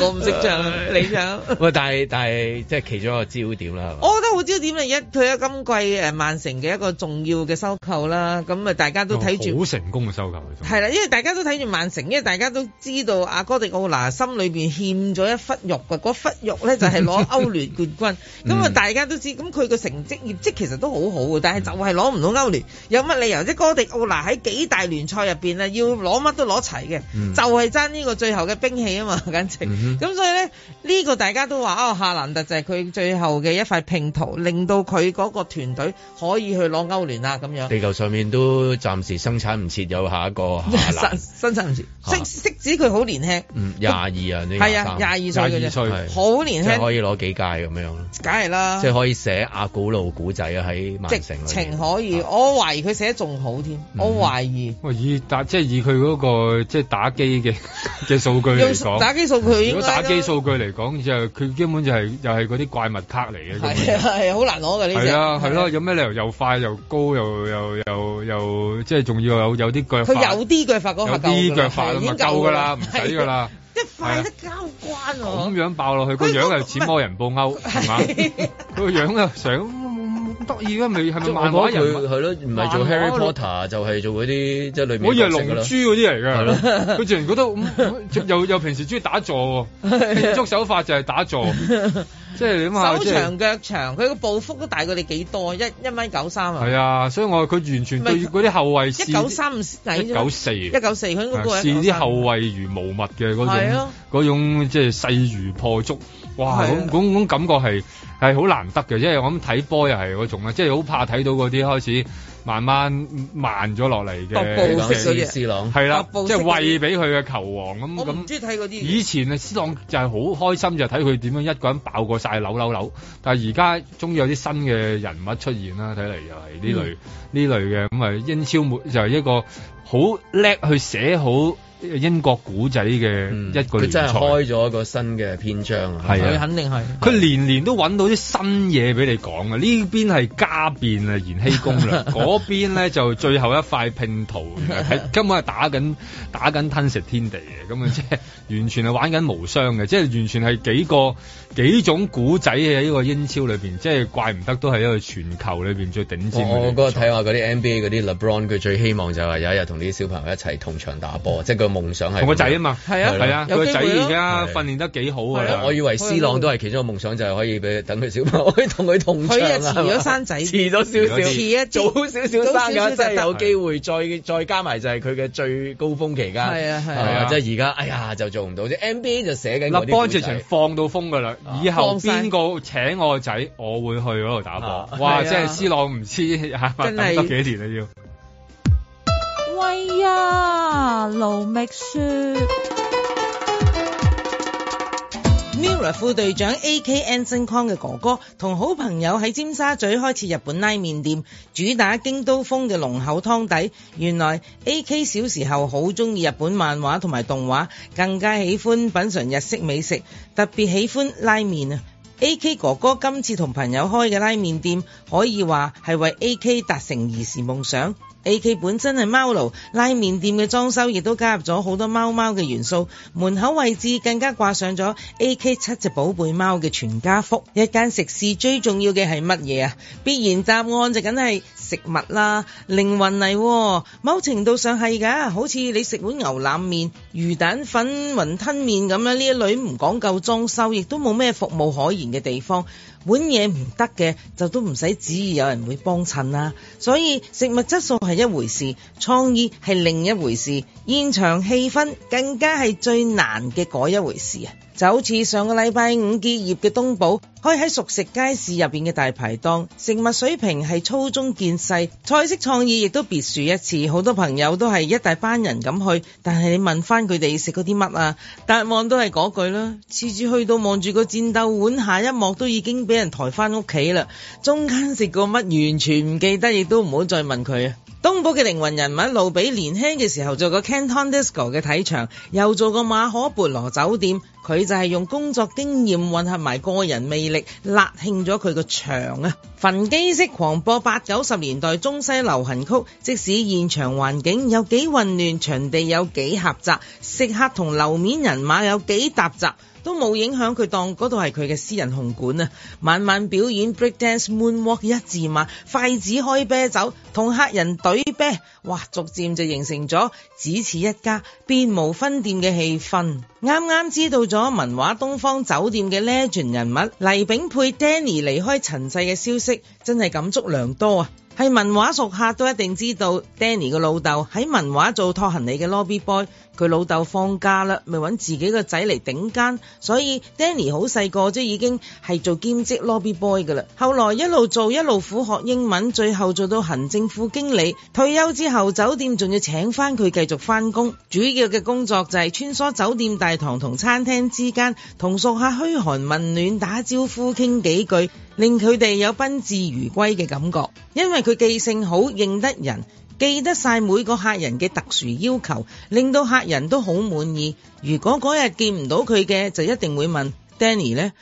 Speaker 4: 我唔識唱， 你唱。
Speaker 2: 喂，但係但係即係其中一個焦點啦。
Speaker 4: 我覺得好焦點啊！一佢喺今季誒曼城嘅一個重要嘅收購啦，咁啊大家都睇住
Speaker 3: 好成功嘅收購，
Speaker 4: 係啦，因為大家都睇住曼城，因為大家都知道阿哥迪奧拿心裏邊欠咗一忽肉嘅，嗰忽肉咧就係攞歐聯冠軍。咁啊，
Speaker 8: 嗯
Speaker 4: 大家都知，咁佢個成績業績其實都好好嘅，但係就係攞唔到歐聯，有乜理由啫？哥迪奧拿喺幾大聯賽入邊啊，要攞乜都攞齊嘅，
Speaker 8: 嗯
Speaker 4: 就係爭呢個最後嘅兵器啊嘛，簡直。咁、
Speaker 8: 嗯哼
Speaker 4: 所以咧，呢、個大家都話啊、夏蘭特就係佢最後嘅一塊拼圖，令到佢嗰個團隊可以去攞歐聯啊啦咁樣。
Speaker 2: 地球上面都暫時生產唔切有下一 個夏蘭，
Speaker 4: 新新唔切，即即指佢好年輕。
Speaker 2: 嗯，廿二啊，呢
Speaker 4: 係啊22歲嘅啫
Speaker 2: 啫
Speaker 4: 好年輕
Speaker 2: 即係可以攞幾屆咁樣咯，
Speaker 4: 梗係啦，
Speaker 2: 即係可以寫阿古路古仔啊喺曼
Speaker 4: 啊直
Speaker 2: 城裏面。
Speaker 4: 情可以，
Speaker 3: 啊
Speaker 4: 我懷疑佢寫得仲好添，
Speaker 3: 嗯
Speaker 4: 我懷疑。
Speaker 3: 喂，以打即係以佢嗰、個即係打機嘅 嘅數據嚟
Speaker 4: 用
Speaker 3: 講，
Speaker 4: 打機數據應
Speaker 3: 如
Speaker 4: 該
Speaker 3: 果打機數據嚟講，就佢根本就係、又係嗰啲怪物卡嚟嘅。根本就
Speaker 4: 係啊係啊好難攞嘅呢只。
Speaker 3: 係啊，係咯，有咩理由又快又高又又又又即係仲要有有啲腳
Speaker 4: 佢
Speaker 3: 法，
Speaker 4: 有啲腳法嗰下
Speaker 3: 有
Speaker 4: 夠㗎
Speaker 3: 啲
Speaker 4: 啦
Speaker 3: 腳法
Speaker 4: 係
Speaker 3: 咁
Speaker 4: 已經
Speaker 3: 啊夠㗎
Speaker 4: 㗎
Speaker 3: 啦，唔使㗎啦，
Speaker 4: 即係快得
Speaker 3: 係
Speaker 4: 交關
Speaker 3: 啊咁
Speaker 4: 喎。
Speaker 3: 樣爆落去個樣又似魔人布 歐，係嘛？佢個樣又想嗯得意啊嘅，咪係咪
Speaker 2: 即係
Speaker 3: 漫畫
Speaker 2: 我覺
Speaker 3: 人
Speaker 2: 得
Speaker 3: 物
Speaker 2: 佢？係咯，唔係做
Speaker 3: 漫畫
Speaker 2: Harry
Speaker 3: 咯
Speaker 2: Potter 就係做嗰啲即係裏面
Speaker 3: 我以
Speaker 2: 角
Speaker 3: 為
Speaker 2: 色
Speaker 3: 龍
Speaker 2: 㗎
Speaker 3: 珠
Speaker 2: 啦
Speaker 3: 嗰啲嚟
Speaker 2: 係
Speaker 3: 㗎，
Speaker 2: 咯
Speaker 3: 佢自然覺得咁 咁又又平時中意打坐喎，建築手法就係 打坐，即係你諗下，
Speaker 4: 手
Speaker 3: 啊即係
Speaker 4: 長腳長，佢個步幅都大過你幾多？一一米九三啊，
Speaker 3: 係啊，所以我佢完全對嗰啲後衞
Speaker 4: 一九三五矮啫，
Speaker 3: 一九四啊
Speaker 4: 一九四佢應該高過
Speaker 3: 視
Speaker 4: 一九
Speaker 3: 啲
Speaker 4: 三
Speaker 3: 後衞如無物嘅嗰
Speaker 4: 係
Speaker 3: 種
Speaker 4: 啊
Speaker 3: 嗰種即係勢如破竹，哇！
Speaker 4: 係啊
Speaker 3: 咁咁咁感覺係係好難得嘅，因為我諗睇波又係嗰種啦，啊即係好怕睇到嗰啲開始慢慢慢咗落嚟嘅
Speaker 2: 踱步式嗰啲
Speaker 3: 嘅
Speaker 2: 斯朗
Speaker 3: 係啦，
Speaker 2: 踱步
Speaker 3: 即
Speaker 2: 式嗰
Speaker 3: 係
Speaker 2: 啲
Speaker 3: 喂俾佢嘅球王咁
Speaker 4: 我
Speaker 3: 咁
Speaker 4: 唔。中意睇嗰啲。
Speaker 3: 以前啊，斯朗就係好開心，就睇佢點樣一個人爆過晒扭扭扭。但係而家終於有啲新嘅人物出現啦，睇嚟
Speaker 2: 嗯
Speaker 3: 又係呢類呢、類嘅咁啊，英超每就係一個好叻去寫好英國古仔嘅一個
Speaker 2: 嗯佢
Speaker 3: 聯
Speaker 2: 真係
Speaker 3: 賽。
Speaker 2: 開咗一個新嘅篇章啊！
Speaker 3: 係啊
Speaker 4: 佢肯定係。
Speaker 3: 佢年年都揾到啲新嘢俾你講啊！呢邊係家變啊，延禧攻 略；嗰邊咧就最後一塊拼圖，原來係 根本係打緊打緊吞食天地嘅，咁啊即 係完全係玩緊無雙嘅，即係完全係幾個幾種古仔嘅呢個英超裏邊，即係怪唔得都係一個全球裏邊最頂
Speaker 2: 我
Speaker 3: 尖
Speaker 2: 我
Speaker 3: 嘅。
Speaker 2: 哦嗰日睇話嗰啲 NBA 嗰啲 LeBron，佢最希望就係有一日同啲小朋友一齊同場打波，即係佢夢想係
Speaker 3: 同個仔啊嘛，
Speaker 2: 係咯
Speaker 3: 係啊，佢
Speaker 2: 有
Speaker 3: 個
Speaker 2: 機
Speaker 3: 仔
Speaker 2: 會咯
Speaker 3: 而家
Speaker 2: 係
Speaker 3: 訓練得幾好
Speaker 2: 係
Speaker 3: 啊
Speaker 2: 啊！！我以為 C 朗都係其中一個夢想，就係可以俾等佢小朋友可以同佢同場
Speaker 4: 佢
Speaker 2: 啊
Speaker 4: 就遲咗生仔，
Speaker 2: 遲咗少少，
Speaker 4: 遲一啲
Speaker 2: 早少少生
Speaker 4: 早少少
Speaker 2: 嘅，
Speaker 4: 就
Speaker 2: 真係有
Speaker 4: 得
Speaker 2: 機會再再加埋就係佢嘅最高峰期間。
Speaker 4: 係啊係啊
Speaker 2: 即係而家哎呀就做唔到啫，NBA 就寫緊嗰啲
Speaker 3: 立邦
Speaker 2: 故仔啊
Speaker 3: 直情放到風㗎啦，以後邊個請我個仔，我會去嗰度打波。哇！
Speaker 2: 係啊
Speaker 3: 即係 C 朗唔知係咪
Speaker 8: 真
Speaker 3: 等
Speaker 8: 係
Speaker 3: 多幾年啦要。
Speaker 8: 喂呀，盧覓雪。
Speaker 4: Mirror 副隊長 A.K. Anson Kong 嘅哥哥同好朋友喺尖沙咀開設日本拉麵店，主打京都風嘅濃厚湯底。原來 A.K. 小時候好中意日本漫畫同埋動畫，更加喜歡品嚐日式美食，特別喜歡拉麵啊！A.K. 哥哥今次同朋友開嘅拉麵店，可以話係為 A.K. 達成兒時夢想。A.K. 本身係貓奴，拉麵店嘅裝修亦都加入咗好多貓貓嘅元素，門口位置更加掛上咗 A.K. 七隻寶貝貓嘅全家福。一間食肆最重要嘅係乜嘢啊？必然答案就梗係食物啦，靈魂嚟喎，某程度上係㗎，好似你食碗牛腩麵、魚蛋粉、雲吞麵咁樣呢一類唔講究裝修，亦都冇咩服務可言嘅地方。碗嘢唔得嘅，就都唔使旨意有人會幫襯啦。所以食物質素係一回事，創意係另一回事，現場氣氛更加係最難嘅嗰一回事啊！就好似上個禮拜五結業嘅東寶，開喺熟食街市入邊嘅大排檔，食物水平係粗中見細，菜式創意亦都別樹一幟。好多朋友都係一大班人咁去，但係你問翻佢哋食嗰啲乜啊，答案都係嗰句啦。次次去到望住個戰鬥碗，下一幕都已經俾人抬翻屋企啦。中間食過乜完全唔記得，亦都唔好再問佢啊。東寶嘅靈魂人物路比年輕嘅時候做過 Canton Disco 嘅睇場，又做過馬可波羅酒店。佢就係用工作經驗混合埋個人魅力，辣興咗佢個場啊！焚機式狂播八九十年代中西流行曲，即使現場環境有幾混亂，場地有幾狹窄，食客同樓面人馬有幾搭雜。都冇影響佢當嗰度係佢嘅私人紅館啊！晚晚表演 breakdance、moonwalk 一字馬、筷子開啤酒，同客人對啤，哇！逐漸就形成咗只此一家，別無分店嘅氣氛。啱啱知道咗文華東方酒店嘅 legend 人物黎炳佩 Danny 離開塵世嘅消息，真係感觸良多啊！係文華熟客都一定知道，Danny 個老豆喺文華做拖行李嘅 lobby boy，佢老豆放假啦，咪揾自己個仔嚟頂間，所以 Danny 好細個即已經係做兼職 lobby boy 噶啦。後來一路做一路苦學英文，最後做到行政副經理。退休之後，酒店仲要請翻佢繼續翻工，主要嘅工作就係穿梭酒店大堂同餐廳之間，同熟客噓寒問暖、打招呼、傾幾句。令佢哋有賓至如歸嘅感覺，因為佢記性好，認得人，記得晒每個客人嘅特殊要求，令到客人都好滿意。如果嗰日見唔到佢嘅，就一定會問 Danny 呢。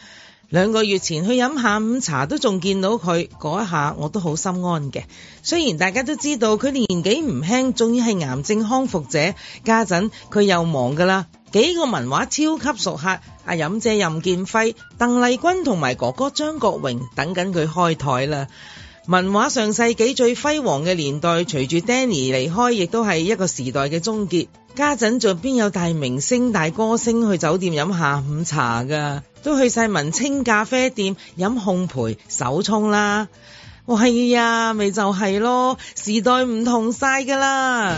Speaker 4: 兩個月前去飲下午茶都仲見到佢，嗰一下我都好心安嘅。雖然大家都知道佢年紀唔輕，仲要係癌症康復者，家陣佢又忙㗎啦。幾個文化超級熟客，阿飲姐任劍輝、鄧麗君同埋哥哥張國榮等緊佢開台啦。文化上世紀最輝煌嘅年代，隨住 Danny 離開，亦都係一個時代嘅終結。家陣仲邊有大明星、大歌星去酒店飲下午茶㗎？都去晒文青咖啡店飲烘焙、手沖啦。哇，係呀，咪就係咯，時代唔同晒㗎啦。